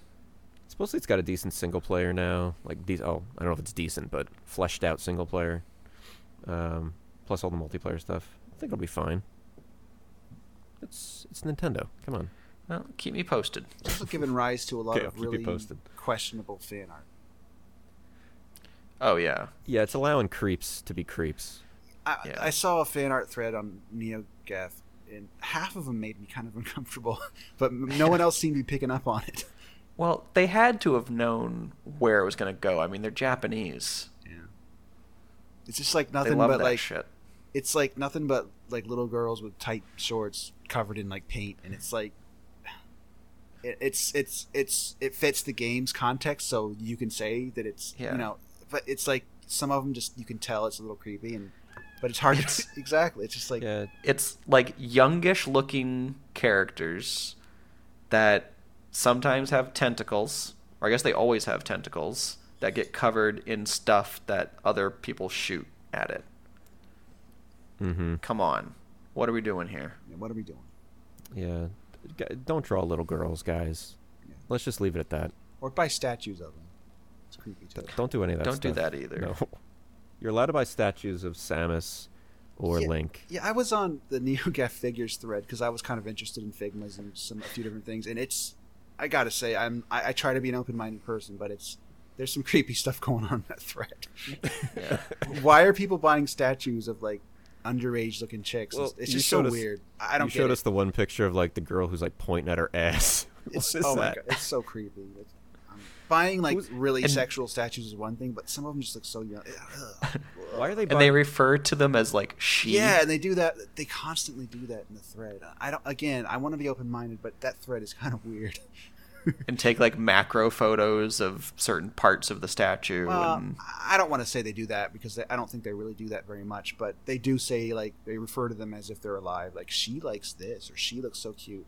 S1: Supposedly it's got a decent single player now. Like these, oh, I don't know if it's decent, but fleshed out single player. Um, plus all the multiplayer stuff. I think it'll be fine. It's it's Nintendo. Come on.
S3: Well, keep me posted.
S4: It's also given rise to a lot
S1: Okay, I'll
S4: of
S1: keep you
S4: really
S1: posted.
S4: questionable fan art.
S3: Oh yeah,
S1: Yeah, it's allowing creeps to be creeps.
S4: I,
S3: Yeah.
S4: I saw a fan art thread on NeoGaf, and half of them made me kind of uncomfortable, but no one else seemed to be picking up on it.
S3: Well, they had to have known where it was going to go. I mean, they're Japanese.
S4: It's just like
S3: They
S4: nothing
S3: love
S4: but
S3: that
S4: like
S3: shit.
S4: it's like nothing but like little girls with tight shorts covered in like paint, and it's like it, it's it's it's it fits the game's context, so you can say that it's
S3: Yeah.
S4: you know, but it's like some of them just you can tell it's a little creepy and. But it's hard to exactly. It's just like
S1: Yeah,
S3: it's like youngish looking characters that sometimes have tentacles or i guess they always have tentacles that get covered in stuff that other people shoot at it mm-hmm. come on what are we doing here
S4: what are we doing?
S1: yeah. G- Don't draw little girls, guys. Let's just leave it at that.
S4: Or buy statues of them. It's creepy too.
S1: Don't do any of that.
S3: Don't do
S1: stuff.
S3: that either.
S1: No. You're allowed to buy statues of Samus or
S4: Yeah.
S1: Link.
S4: Yeah, I was on the NeoGAF figures thread because I was kind of interested in Figmas and some a few different things, and it's I gotta say I'm I, I try to be an open-minded person, but it's there's some creepy stuff going on in that thread. Why are people buying statues of like underage-looking chicks?
S1: Well,
S4: It's- it's
S1: you
S4: just so
S1: showed us-
S4: weird. I I don't
S1: you showed
S4: get
S1: us
S4: it.
S1: the one picture of like the girl who's like pointing at her ass. what
S4: It's,
S1: is
S4: oh my
S1: that?
S4: god, it's so creepy. It's, um, buying like really
S3: and-
S4: sexual statues is one thing, but some of them just look so young. Ugh.
S1: Why are they?
S3: and they
S1: buying-
S3: refer to them as like she
S4: Yeah, and they do that. They constantly do that in the thread. Uh, I don't. Again, I want to be open-minded, but that thread is kind of weird.
S3: and take like macro photos of certain parts of the statue
S4: Well,
S3: and
S4: I don't want to say they do that because they, I don't think they really do that very much. But they do say like they refer to them as if they're alive. Like she likes this, or she looks so cute.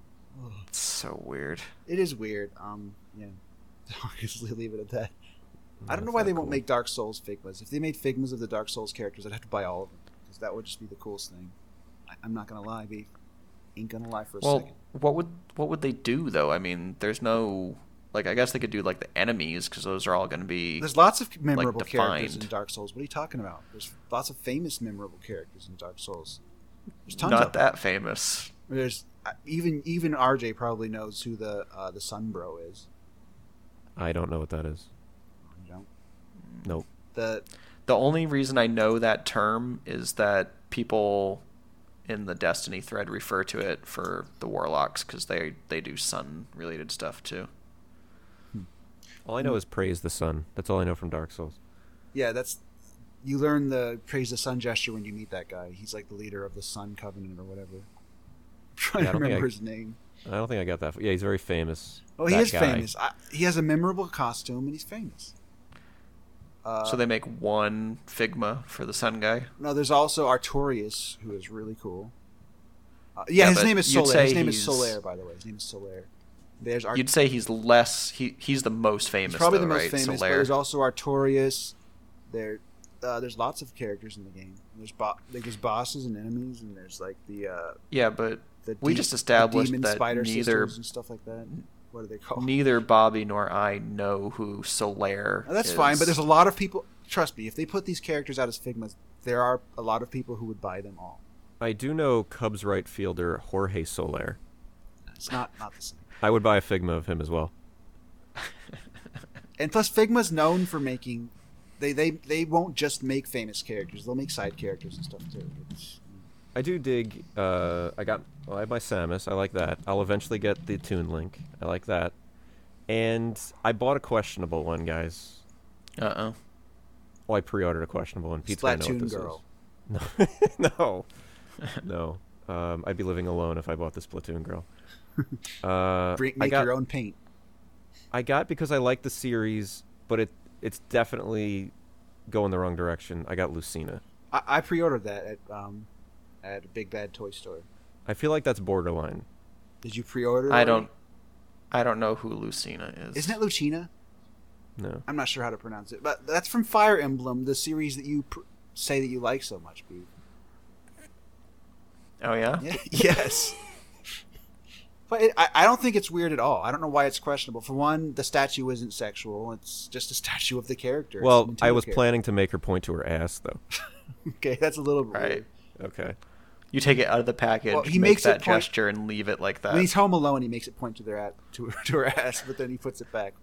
S3: it's so weird
S4: It is weird. Um, yeah. I'll just leave it at that. I don't know
S1: that's
S4: why
S1: not
S4: they won't
S1: cool.
S4: make Dark Souls Figmas. If they made Figmas of the Dark Souls characters, I'd have to buy all of them because that would just be the coolest thing. I, I'm not gonna lie, B. Ain't gonna lie for a
S3: Well,
S4: second.
S3: what would what would they do though? I mean, there's no like I guess they could do like the enemies because those are all going to be
S4: There's lots of memorable characters in
S3: defined.
S4: Dark Souls. What are you talking about? There's lots of famous memorable characters in Dark Souls. There's tons
S3: not
S4: of them.
S3: that famous.
S4: There's I- even even RJ probably knows who the uh, the Sun Bro is.
S1: I don't know what that is.
S4: You know
S1: Nope.
S4: the
S3: The only reason I know that term is that people in the Destiny thread refer to it for the warlocks because they they do sun related stuff too.
S1: All I know is praise the sun. That's all I know from Dark Souls.
S4: yeah that's you learn the praise the sun gesture when you meet that guy. He's like the leader of the Sun Covenant or whatever. I'm trying
S1: Yeah, I
S4: to
S1: don't think
S4: remember
S1: I-
S4: his name.
S1: I don't think I got that. f- Yeah, he's very famous.
S4: Oh, he
S1: that
S4: is
S1: guy.
S4: famous. I, he has a memorable costume and he's famous. Uh,
S3: so they make one Figma for the sun guy.
S4: No, there's also Artorias, who is really cool. Uh, yeah,
S3: Yeah,
S4: his
S3: but
S4: name is
S3: you'd
S4: Solaire.
S3: say
S4: His name is
S3: he's-
S4: Solaire, by the way. His name is Solaire. There's Art-
S3: You'd say he's less he he's the most famous.
S4: he's probably
S3: though,
S4: the most
S3: right?
S4: famous. But
S3: Solaire.
S4: there's also Artorias. There, uh, there's lots of characters in the game. There's bo- like there's bosses and enemies, and there's like the uh,
S3: yeah, but
S4: the
S3: we
S4: de-
S3: just established
S4: the demon
S3: that
S4: spider
S3: neither
S4: sisters and stuff like that. What are they called?
S3: Oh. neither Bobby nor I know who Solaire.
S4: Now, that's
S3: is.
S4: fine, but there's a lot of people. Trust me, if they put these characters out as Figmas, there are a lot of people who would buy them all.
S1: I do know Cubs right fielder Jorge Soler.
S4: It's not not the same.
S1: I would buy a Figma of him as well.
S4: And plus, Figma's known for making. They they they won't just make famous characters; they'll make side characters and stuff too. It's,
S1: I do dig. Uh, I got. Well, I have my Samus. I like that. I'll eventually get the Toon Link. I like that. And I bought a questionable one, guys.
S3: Uh oh.
S1: Oh, I pre-ordered a questionable one. Pete's gonna know
S4: Splatoon
S1: what this
S4: Girl.
S1: is. No, no, no. Um, I'd be living alone if I bought this Splatoon Girl. Uh,
S4: Bring,
S1: I
S4: make
S1: got,
S4: your own paint.
S1: I got because I like the series, but it it's definitely going the wrong direction. I got Lucina.
S4: I, I pre-ordered that at um, at a Big Bad Toy Store.
S1: I feel like that's borderline.
S4: Did you pre-order?
S3: I
S4: already?
S3: don't. I don't know who Lucina is.
S4: Isn't it Lucina?
S1: No.
S4: I'm not sure how to pronounce it, but that's from Fire Emblem, the series that you pr- say that you like so much, Pete.
S3: Oh yeah.
S4: Yeah. yes. But it, I, I don't think it's weird at all. I don't know why it's questionable. For one, the statue isn't sexual. It's just a statue of the character. It's a
S1: Well, I
S4: Nintendo
S1: was
S4: character.
S1: planning to make her point to her ass, though.
S4: Okay, that's a little bit
S3: Right.
S4: weird.
S1: Okay.
S3: You take it out of the package.
S4: Well, he
S3: make
S4: makes it
S3: that
S4: point-
S3: gesture and leave it like
S1: Uh,
S3: that.
S4: When he's home alone, he makes it point to their at, to, her- to her ass, but then he puts it back.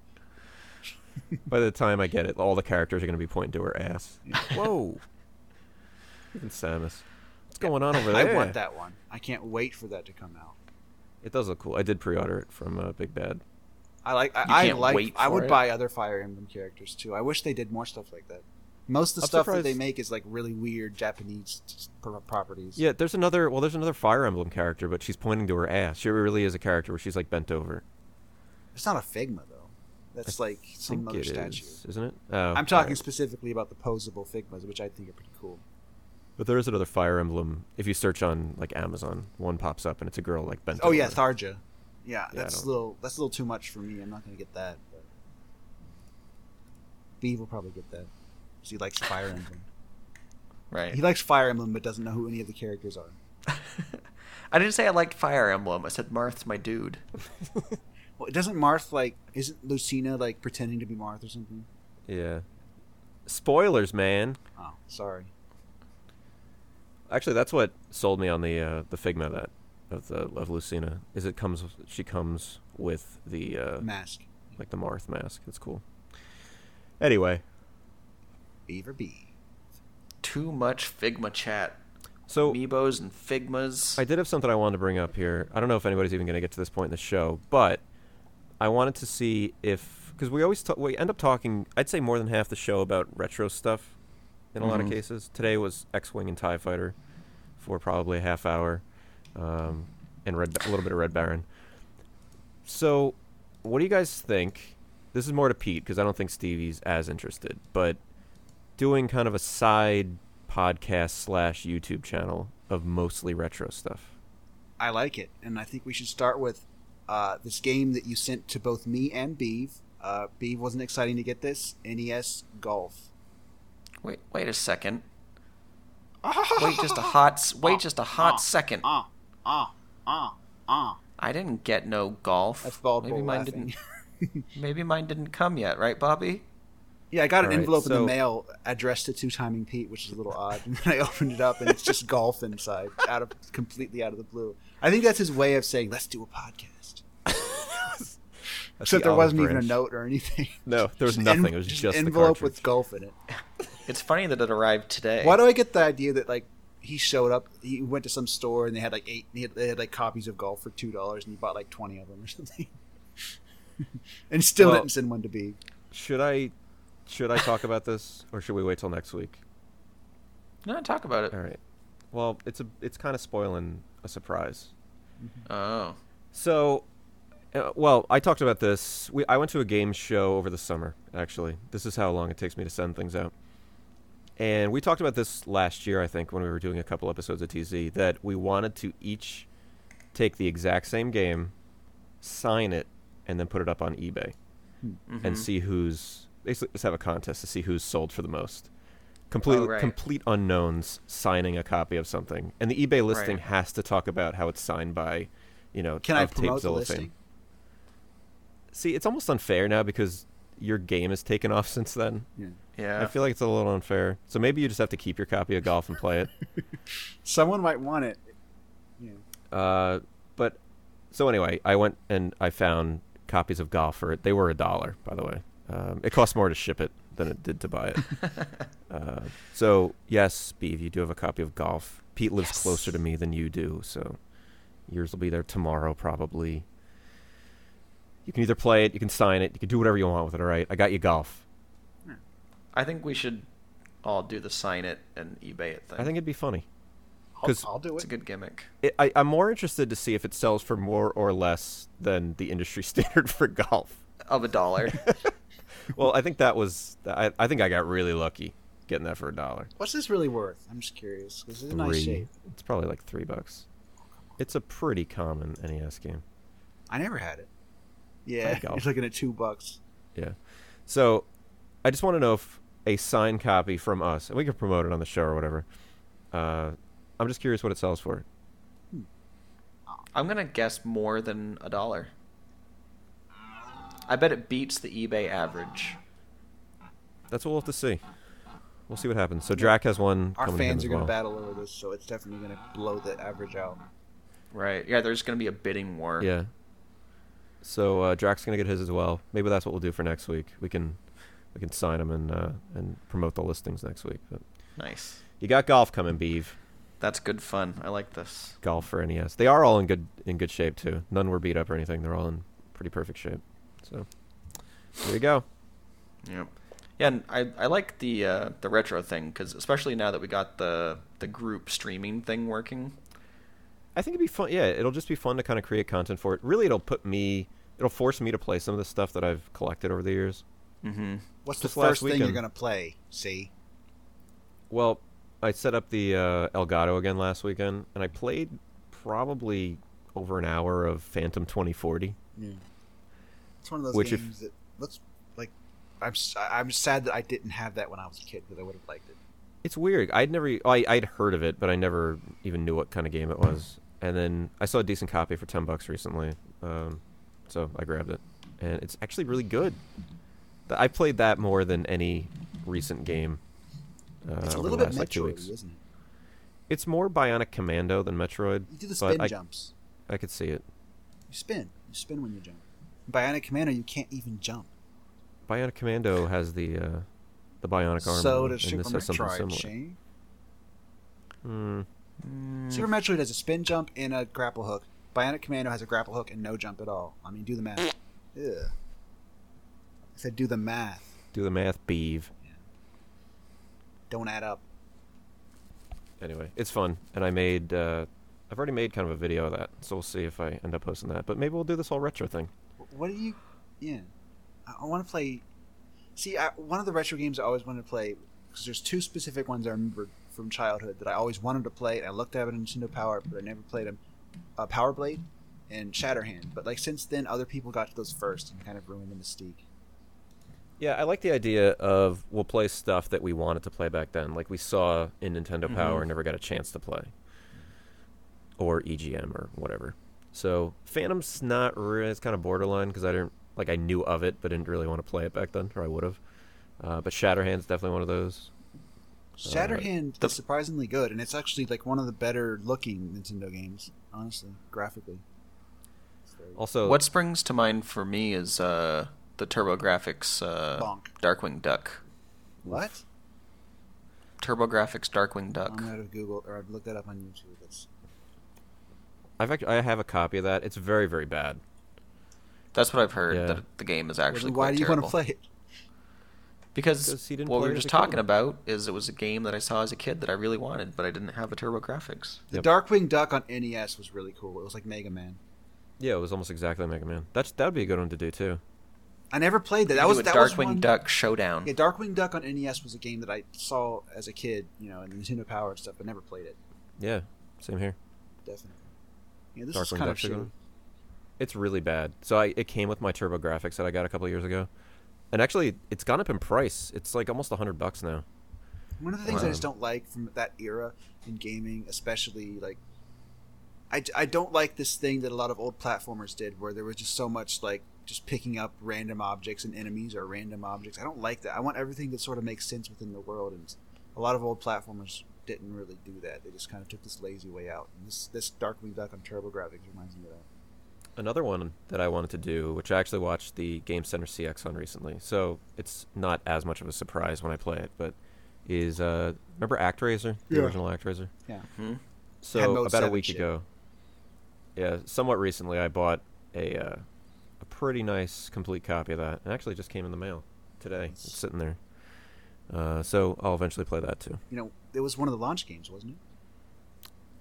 S1: By the time I get it, all the characters are going to be pointing to her ass. Whoa. Even Samus. What's going on over there?
S4: I want that one. I can't wait for that to come out.
S1: It does look cool. I did pre-order it from uh, Big Bad.
S4: I like. I,
S3: You
S4: I
S3: can't
S4: like.
S3: wait
S4: I
S3: for
S4: would
S3: it.
S4: buy other Fire Emblem characters too. I wish they did more stuff like that. Most of the
S1: I'm
S4: stuff that
S1: surprised-
S4: they make is like really weird Japanese s- pro- properties.
S1: Yeah, there's another. Well, there's another Fire Emblem character, but she's pointing to her ass. She really is a character where she's like bent over.
S4: It's not a Figma though. That's like some
S1: think
S4: other
S1: it
S4: statue.
S1: is, isn't it? Oh,
S4: I'm talking
S1: alright.
S4: specifically about the posable Figmas, which I think are pretty cool.
S1: But there is another Fire Emblem. If you search on like Amazon, one pops up and it's a girl like bent.
S4: Oh yeah,
S1: over.
S4: Tharja. Yeah,
S1: Yeah, I
S4: that's a
S1: don't-
S4: little that's a little too much for me. I'm not gonna get that. But... Bee will probably get that. 'Cause He likes Fire Emblem.
S3: Right.
S4: He likes Fire Emblem, but doesn't know who any of the characters are.
S3: I didn't say I liked Fire Emblem. I said Marth's my dude.
S4: Well, doesn't Marth like? Isn't Lucina like pretending to be Marth or something?
S1: yeah. Spoilers, man.
S4: Oh, sorry.
S1: Actually, that's what sold me on the uh, the Figma of that of the of Lucina. Is it comes she comes with the uh,
S4: Mask.
S1: like the Marth mask. It's cool. Anyway,
S4: Beaver Bee.
S3: Too much Figma chat.
S1: so
S3: Amiibos and Figmas.
S1: I did have something I wanted to bring up here. I don't know if anybody's even going to get to this point in the show, but I wanted to see if because we always ta- we end up talking. I'd say more than half the show about retro stuff in a lot of
S4: Mm-hmm.
S1: cases. Today was X Wing and Tie Fighter for probably a half hour, um, and Red a little bit of Red Baron. So, what do you guys think? This is more to Pete because I don't think Stevie's as interested, but doing kind of a side podcast slash YouTube channel of mostly retro stuff.
S4: I like it, and I think we should start with uh, this game that you sent to both me and Beav. Uh, Beav wasn't exciting to get this NES Golf.
S3: wait, wait a second. wait just a hot. s- Wait just a hot second.
S4: Ah, ah, ah, ah.
S3: I didn't get no golf.
S4: That's Bald
S3: maybe
S4: Bull
S3: mine
S4: laughing.
S3: didn't. maybe mine didn't come yet, right, Bobby?
S4: Yeah, I got an
S1: All right,
S4: envelope in
S1: so-
S4: the mail addressed to Two Timing Pete, which is a little odd. And then I opened it up, and it's just golf inside, out of completely out of the blue. I think that's his way of saying, "Let's do a podcast." Except there wasn't even a note or anything.
S1: No, there was
S4: An
S1: nothing.
S4: en-
S1: it was just,
S4: an
S1: the
S4: envelope
S1: cartridge.
S4: with golf in it.
S3: It's funny that it arrived today.
S4: Why do I get the idea that like he showed up? He went to some store and they had like eight. He had, they had like copies of golf for two dollars, and he bought like twenty of them or something. and still
S1: Well-
S4: didn't send one to be.
S1: Should I should I talk about this or should we wait till next week?
S3: No, talk about it.
S1: All right. Well, it's a it's kind of spoiling a surprise.
S3: Oh,
S1: So, uh, well, I talked about this. We, I went to a game show over the summer, actually. This is how long it takes me to send things out. And we talked about this last year, I think, when we were doing a couple episodes of TZ, that we wanted to each take the exact same game, sign it, and then put it up on eBay
S3: Hmm.
S1: and see who's. Basically, just have a contest to see who's sold for the most. Complete,
S3: Oh, right.
S1: complete unknowns signing a copy of something, and the eBay listing
S3: Right.
S1: has to talk about how it's signed by, you know,
S4: Can I
S1: of Tape
S4: promote the
S1: Zilla
S4: listing?
S1: fame. See, it's almost unfair now because your game has taken off since then.
S3: yeah.
S1: I feel like it's a little unfair. So maybe you just have to keep your copy of golf and play it.
S4: Someone might want it. Yeah.
S1: Uh, but so anyway, I went and I found copies of golf for it. They were a dollar, by the way. Um, it cost more to ship it than it did to buy it. uh, so yes, Beav, you do have a copy of golf. Pete lives closer to me than you do, so yours will be there tomorrow probably. You can either play it, you can sign it, you can do whatever you want with it. All right, I got you golf.
S3: I think we should all do the sign it and eBay it thing.
S1: I think it'd be funny.
S4: I'll,
S1: 'Cause
S4: I'll do
S3: it's a
S4: it.
S3: good gimmick.
S1: It, I, I'm more interested to see if it sells for more or less than the industry standard for golf.
S3: Of a dollar.
S1: Well, I think that was. I, I think I got really lucky getting that for a dollar.
S4: What's this really worth? I'm just curious. 'cause It's a nice shape.
S1: It's probably like three bucks. It's a pretty common NES game.
S4: I never had it. Yeah,
S1: go.
S4: you're looking at two bucks.
S1: Yeah. So, I just want to know if a signed copy from us, and we can promote it on the show or whatever. Uh, I'm just curious what it sells for.
S3: I'm gonna guess more than a dollar. I bet it beats the eBay average.
S1: That's what we'll have to see. We'll see what happens. So Drac has one.
S4: Our
S1: coming to him
S4: fans
S1: as
S4: are going
S1: well.
S4: to battle over this, so it's definitely going to blow the average out.
S3: Right. Yeah, there's gonna be a bidding war.
S1: Yeah. So uh, Drax's gonna get his as well. Maybe that's what we'll do for next week. We can we can sign him and uh, and promote the listings next week. But
S3: Nice.
S1: you got golf coming, Beav.
S3: That's good fun. I like this.
S1: Golf for NES. They are all in good in good shape too. None were beat up or anything. They're all in pretty perfect shape. So there you go.
S3: Yep. Yeah, and I, I like the uh, the retro thing because especially now that we got the the group streaming thing working.
S1: I think it'd be fun. Yeah, it'll just be fun to kind of create content for it. Really, it'll put me it'll force me to play some of the stuff that I've collected over the years.
S3: Mm-hmm.
S4: What's
S1: Just
S4: the
S1: last
S4: first thing you're
S1: weekend.
S4: gonna play? See,
S1: Well, I set up the uh, Elgato again last weekend, and I played probably over an hour of Phantom 2040.
S4: it's one of those
S1: Which if-
S4: games that let's like. I'm s- I'm sad that I didn't have that when I was a kid because I would have liked it.
S1: It's weird. I'd never. oh, I, I'd heard of it, but I never even knew what kind of game it was. And then I saw a decent copy for ten bucks recently, um, so I grabbed it, and it's actually really good. Th- I played that more than any recent game. Uh,
S4: It's a
S1: over
S4: little
S1: the
S4: bit
S1: last, like, two
S4: Metroid,
S1: weeks.
S4: isn't it?
S1: It's more Bionic Commando than Metroid.
S4: You do the
S1: but
S4: spin
S1: I,
S4: jumps.
S1: I could see it.
S4: You spin. You spin when you jump. Bionic Commando, you can't even jump.
S1: Bionic Commando has the uh, the bionic armor,
S4: So
S1: and
S4: does Super
S1: this has something
S4: Metroid.
S1: similar.
S4: Shane.
S1: Hmm.
S4: Super Metroid has a spin jump and a grapple hook. Bionic Commando has a grapple hook and no jump at all. I mean, do the math. Ugh. I said, do the math.
S1: do the math, Beeve.
S4: Don't add up.
S1: anyway, it's fun, and I made. Uh, I've already made kind of a video of that, so we'll see if I end up posting that. But maybe we'll do this whole retro thing.
S4: Wh- What do you? Yeah, I, I want to play. See, I, one of the retro games I always wanted to play because there's two specific ones I remember from childhood that I always wanted to play. And I looked at it on Nintendo Power, but I never played them. Uh, Power Blade and Shatterhand. But like since then, other people got to those first and kind of ruined the mystique.
S1: Yeah, I like the idea of we'll play stuff that we wanted to play back then, like we saw in Nintendo Power and never got a chance to play, or EGM or whatever. So Phantom's not. Re- it's kind of borderline because I didn't like I knew of it, but didn't really want to play it back then, or I would have. Uh, but Shatterhand's definitely one of those.
S4: Shatterhand
S3: Uh, the-
S4: is surprisingly good, and it's actually like one of the better looking Nintendo games, honestly, graphically. It's
S3: Oh,
S4: very-
S1: Also,
S3: What springs to mind for me is uh, the TurboGrafx uh,
S4: Bonk.
S3: Darkwing Duck.
S4: What?
S3: TurboGrafx Darkwing
S4: I'm
S3: Duck.
S4: gonna have to Google or I've looked that up on YouTube. That's
S1: I've act- I have a copy of that. It's very very bad.
S3: That's what I've heard.
S1: Yeah.
S3: That the game is actually
S4: Then why
S3: quite
S4: do you
S3: terrible.
S4: want to play it?
S3: Because
S1: Because he didn't
S3: what
S1: play it
S3: we were
S1: as
S3: just
S1: a kid.
S3: talking about is it was a game that I saw as a kid that I really wanted, but I didn't have the TurboGrafx.
S4: The
S1: Yep.
S4: Darkwing Duck on NES was really cool. It was like Mega Man.
S1: Yeah, it was almost exactly Mega Man. That's that would be a good one to do too.
S4: I never played that. That
S3: You
S4: was
S3: do a
S4: that was
S3: Darkwing
S4: one-
S3: Duck Showdown.
S4: Yeah, Darkwing Duck on NES was a game that I saw as a kid, you know, in Nintendo Power and stuff, but never played it.
S1: Yeah, same here.
S4: Definitely. Yeah, this is
S1: Darkwing
S4: kind
S1: Duck
S4: of shitty.
S1: Shogun. It's really bad. So I it came with my Turbo Graphics that I got a couple years ago, and actually it's gone up in price. It's like almost hundred bucks now.
S4: One of the things I just
S1: Wow.
S4: don't like from that era in gaming, especially like, I, I don't like this thing that a lot of old platformers did, where there was just so much like just picking up random objects and enemies or random objects. I don't like that. I want everything that sort of makes sense within the world, and a lot of old platformers didn't really do that. They just kind of took this lazy way out. And this this Darkwing Duck on TurboGrafx reminds me of that.
S1: Another one that I wanted to do, which I actually watched the Game Center CX on recently, so it's not as much of a surprise when I play it, but is uh remember ActRaiser, the
S4: Yeah.
S1: original ActRaiser?
S4: Yeah. Had
S1: So
S4: Mode
S1: about a
S4: 7
S1: week
S4: shit.
S1: ago, yeah, somewhat recently, I bought a uh, a pretty nice complete copy of that. It actually just came in the mail today. It's sitting there. Uh, so I'll eventually play that too.
S4: You know, it was one of the launch games, wasn't it?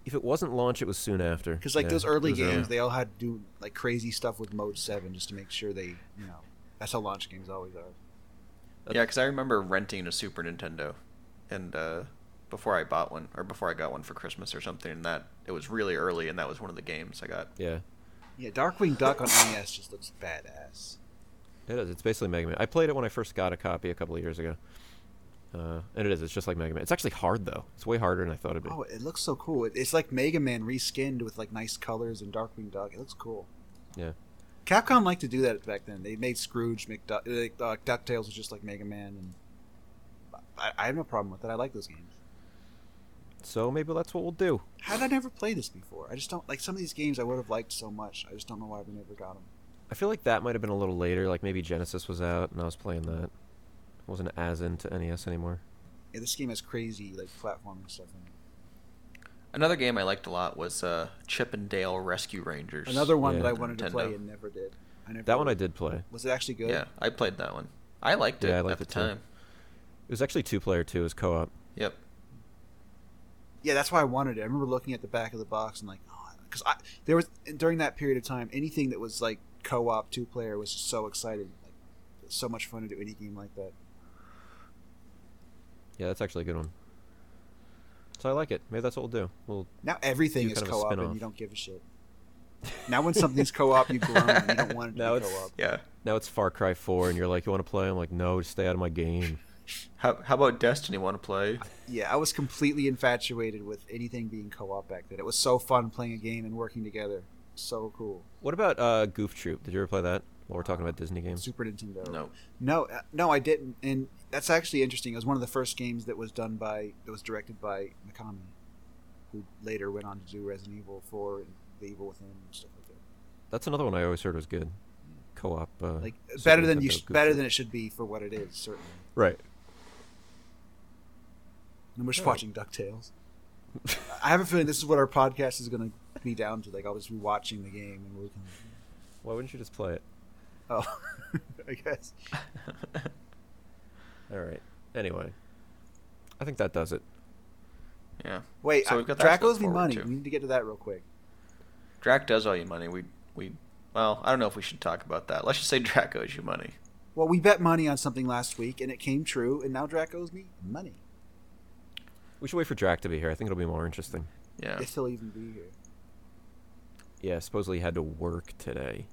S1: If it wasn't launch, it was soon after.
S4: Because like
S1: Yeah,
S4: those early
S1: it was uh,
S4: games, they all had to do like crazy stuff with Mode Seven just to make sure they, you know, that's how launch games always are.
S3: Yeah, because I remember renting a Super Nintendo, and uh, before I bought one or before I got one for Christmas or something, and that it was really early, and that was one of the games I got.
S1: Yeah,
S4: Yeah, Darkwing Duck on NES just looks badass.
S1: it is. It's basically Mega Man. I played it when I first got a copy a couple of years ago. Uh, and it is. It's just like Mega Man. It's actually hard though. It's way harder than I thought it'd be.
S4: Oh, it looks so cool. It- It's like Mega Man reskinned with like nice colors and Darkwing Duck. It looks cool.
S1: Yeah.
S4: Capcom liked to do that back then. They made Scrooge, McDuck, like, uh, Ducktales was just like Mega Man, and I, I have no problem with it. I like those games.
S1: So maybe that's what we'll do.
S4: How did I never play this before? I just don't like some of these games. I would have liked so much. I just don't know why we never got them.
S1: I feel like that might have been a little later. Like maybe Genesis was out, and I was playing that. I wasn't as into NES anymore.
S4: Yeah, this game has crazy like platforming stuff in it.
S3: Another game I liked a lot was uh, Chip and Dale Rescue Rangers.
S4: Another one
S1: Yeah.
S4: that I wanted to play
S3: Nintendo.
S4: and never did. I never
S1: That one I did play. It
S4: Was it actually good?
S3: Yeah, I played that one. I liked it
S1: Yeah, I liked
S3: at the
S1: it too.
S3: time.
S1: was actually two player too. It was co op.
S3: Yep.
S4: yeah, that's why I wanted oh, it. I remember looking at the back of the box and like, because I there was during that period of time anything that was like co-op two-player was just so excited. Like, so much fun to do any game like that.
S1: Yeah, that's actually a good one. So I like it. Maybe that's what we'll do. We'll
S4: Now everything
S1: Do
S4: is
S1: kind of a
S4: co-op, and
S1: spin-off.
S4: you don't give a shit. Now when something's co-op, you groan. You don't want it to
S1: Now
S4: be
S1: it's-
S4: co-op.
S3: Yeah.
S1: now it's Far Cry 4, and you're like, you want to play? I'm like, no, just stay out of my game.
S3: How, how about Destiny? Want to play?
S4: Yeah, I was completely infatuated with anything being co-op back then. It was so fun playing a game and working together. So cool.
S1: What about uh, Goof Troop? Did you ever play that? While we're talking about Disney games,
S4: Super Nintendo.
S3: No.
S4: No, uh, no, I didn't. And that's actually interesting. It was one of the first games that was done by that was directed by Mikami, who later went on to do Resident Evil 4 and The Evil Within and stuff like that.
S1: that's another one I always heard was good. Co-op, uh,
S4: Like
S1: Super
S4: better than you
S1: Nintendo
S4: sh-
S1: Goof
S4: better
S1: Troop.
S4: than it should be for what it is, certainly.
S1: right.
S4: And we're just watching DuckTales. I have a feeling this is what our podcast is going to be down to. Like I'll just be watching the game and we can
S1: Why wouldn't you just play it?
S4: Oh, I guess.
S1: All right. Anyway, I think that does it.
S3: Yeah.
S4: Wait,
S3: So
S4: I-
S3: we've got that to
S4: Drac
S3: look
S4: owes me
S3: forward
S4: money.
S3: to.
S4: We need to get to that real quick.
S3: Drac does owe you money. We we well, I don't know if we should talk about that. Let's just say Drac owes you money.
S4: Well, we bet money on something last week and it came true, and now Drac owes me money.
S1: We should wait for Drac to be here. I think it'll be more interesting.
S3: Yeah.
S4: If he'll even be here.
S1: Yeah, supposedly he had to work today.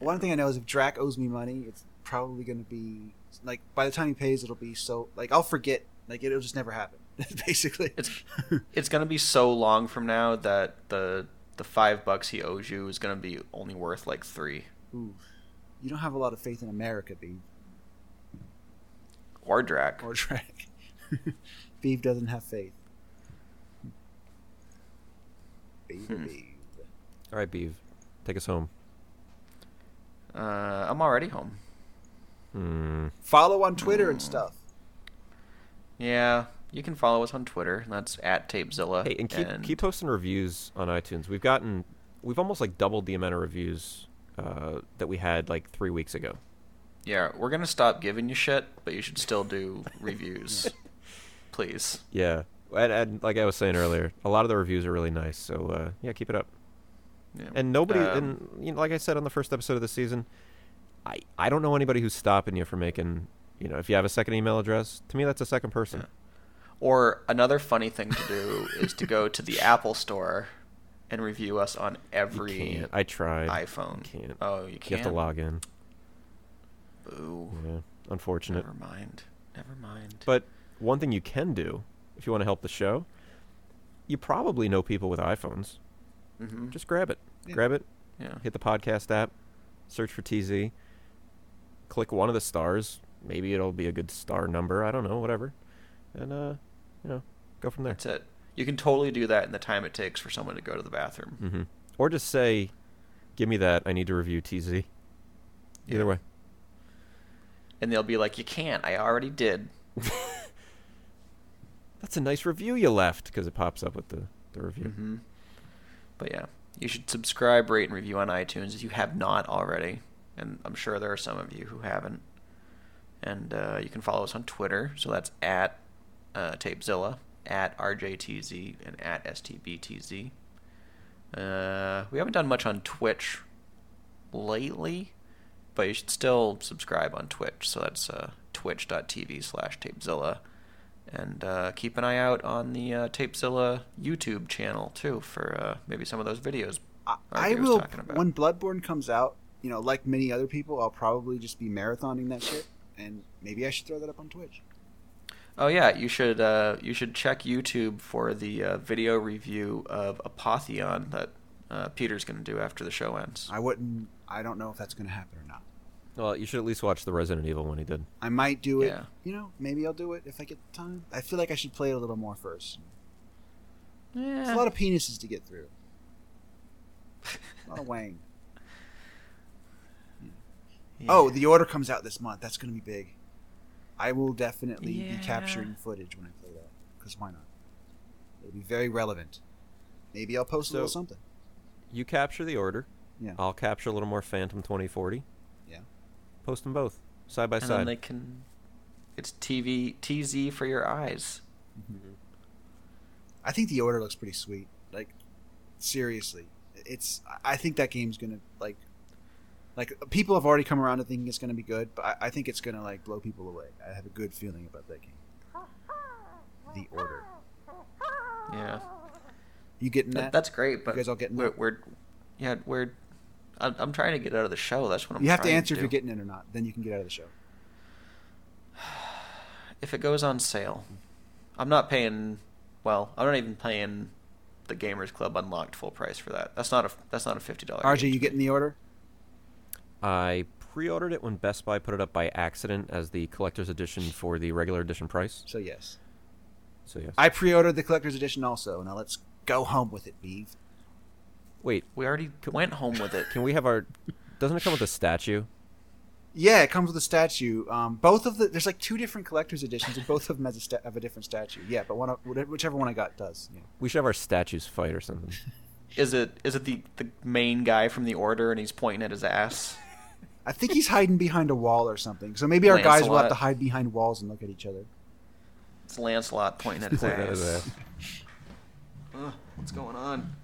S4: One thing I know is if Drac owes me money, it's probably going to be like by the time he pays, it'll be so like I'll forget, like it'll just never happen. Basically,
S3: It's it's gonna be so long from now that the the five bucks he owes you is gonna be only worth like three.
S4: Ooh, you don't have a lot of faith in America, Beeb
S3: Or Drac.
S4: or Drac. Beeb doesn't have faith. Beeb,
S3: Hmm.
S4: Beeb.
S1: All right, Beav, take us home.
S3: Uh, I'm already home.
S1: Hmm.
S4: Follow on Twitter and stuff.
S3: Yeah. You can follow us on Twitter. That's at Tapezilla.
S1: Hey, and keep keep posting reviews on iTunes. We've gotten we've almost like doubled the amount of reviews uh, that we had like three weeks ago.
S3: Yeah, we're gonna stop giving you shit, but you should still do reviews. Please.
S1: Yeah, and, and like I was saying earlier, a lot of the reviews are really nice. So uh, yeah, keep it up.
S3: Yeah.
S1: And nobody,
S3: Um,
S1: and you know, like I said on the first episode of the season, I I don't know anybody who's stopping you for making. You know, if you have a second email address, to me that's a second person.
S3: Or another funny thing to do is to go to the Apple Store and review us on every
S1: Can't. I tried.
S3: iPhone.
S1: Can't.
S3: Oh, you
S1: You
S3: can't.
S1: have to log in.
S3: Ooh,
S1: Yeah, unfortunate.
S3: never mind. Never mind.
S1: But one thing you can do, if you want to help the show, you probably know people with iPhones.
S3: Mhm.
S1: Just grab it. Grab it.
S3: yeah,
S1: Hit the podcast app. Search for TZ. Click one of the stars. Maybe it'll be a good star number. I don't know. Whatever. And uh, you know, go from there.
S3: that's it. You can totally do that in the time it takes for someone to go to the bathroom.
S1: hmm Or just say, "Give me that. I need to review TZ." Either
S3: Yeah.
S1: way.
S3: And they'll be like, "You can't. I already did."
S1: That's a nice review you left because it pops up with the, the review.
S3: Mm-hmm. But yeah, you should subscribe, rate, and review on iTunes if you have not already. And I'm sure there are some of you who haven't. And uh, you can follow us on Twitter. So that's at uh, Tapezilla, at RJTZ, and at STBTZ. Uh, we haven't done much on Twitch lately, but you should still subscribe on Twitch. So that's uh, twitch.tv slash Tapezilla. And uh, keep an eye out on the uh, Tapezilla YouTube channel, too, for uh, maybe some of those videos.
S4: I, I
S3: Archie was
S4: will
S3: talking about.
S4: when Bloodborne comes out. You know, like many other people, I'll probably just be marathoning that shit, and maybe I should throw that up on Twitch.
S3: Oh yeah, you should uh, you should check YouTube for the uh, video review of Apotheon that uh, Peter's going to do after the show ends.
S4: I wouldn't. I don't know if that's going to happen or not.
S1: Well, you should at least watch the Resident Evil one he did.
S4: I might do it.
S3: Yeah.
S4: You know, maybe I'll do it if I get the time. I feel like I should play it a little more first. There's a lot of penises to get through. a lot of wang. Oh, the order comes out this month. That's going to be big. I will definitely be capturing footage when I play that because why not? It'll be very relevant. Maybe I'll post a little
S1: So-
S4: something.
S1: You capture the order.
S4: Yeah.
S1: I'll capture a little more Phantom 2040.
S4: Yeah.
S1: Post them both side by
S3: and
S1: side.
S3: then they can. It's TV TZ for your eyes.
S4: I think the order looks pretty sweet. Like, seriously, it's. I think that game's gonna like. Like people have already come around to thinking it's going to be good, but I, I think it's going to like blow people away. I have a good feeling about that game. The Order.
S3: Yeah,
S4: You getting
S3: That-
S4: that?
S3: that's great. But
S4: you guys all getting
S3: we're,
S4: that?
S3: we're yeah we're. I'm, I'm trying to get out of the show. That's what I'm.
S4: you have to
S3: trying
S4: answer if
S3: do.
S4: you're getting it or not. Then you can get out of the show.
S3: If it goes on sale, I'm not paying. Well, I'm not even paying the Gamers Club Unlocked full price for that. That's not a that's not a fifty dollar.
S4: RJ, you getting the Order?
S1: I pre-ordered it when Best Buy put it up by accident as the collector's edition for the regular edition price.
S4: So yes.
S1: So yes.
S4: I pre-ordered the collector's edition also. Now let's go home with it, Beeve.
S1: Wait,
S3: We already went home with it.
S1: can we have our? Doesn't it come with a statue?
S4: Yeah, it comes with a statue. Um, both of the there's like two different collector's editions, and both of them has a sta- have a different statue. Yeah, but one of, whatever- whichever one I got does. Yeah.
S1: We should have our statues fight or something.
S3: Is it is it the the main guy from the Order and he's pointing at his ass?
S4: I think he's hiding behind a wall or something. So maybe our guys will have
S3: Lancelot.
S4: to hide behind walls and look at each other.
S3: It's Lancelot pointing at his
S1: Pointing at his
S3: ass.
S1: ass.
S3: Ugh, what's going on?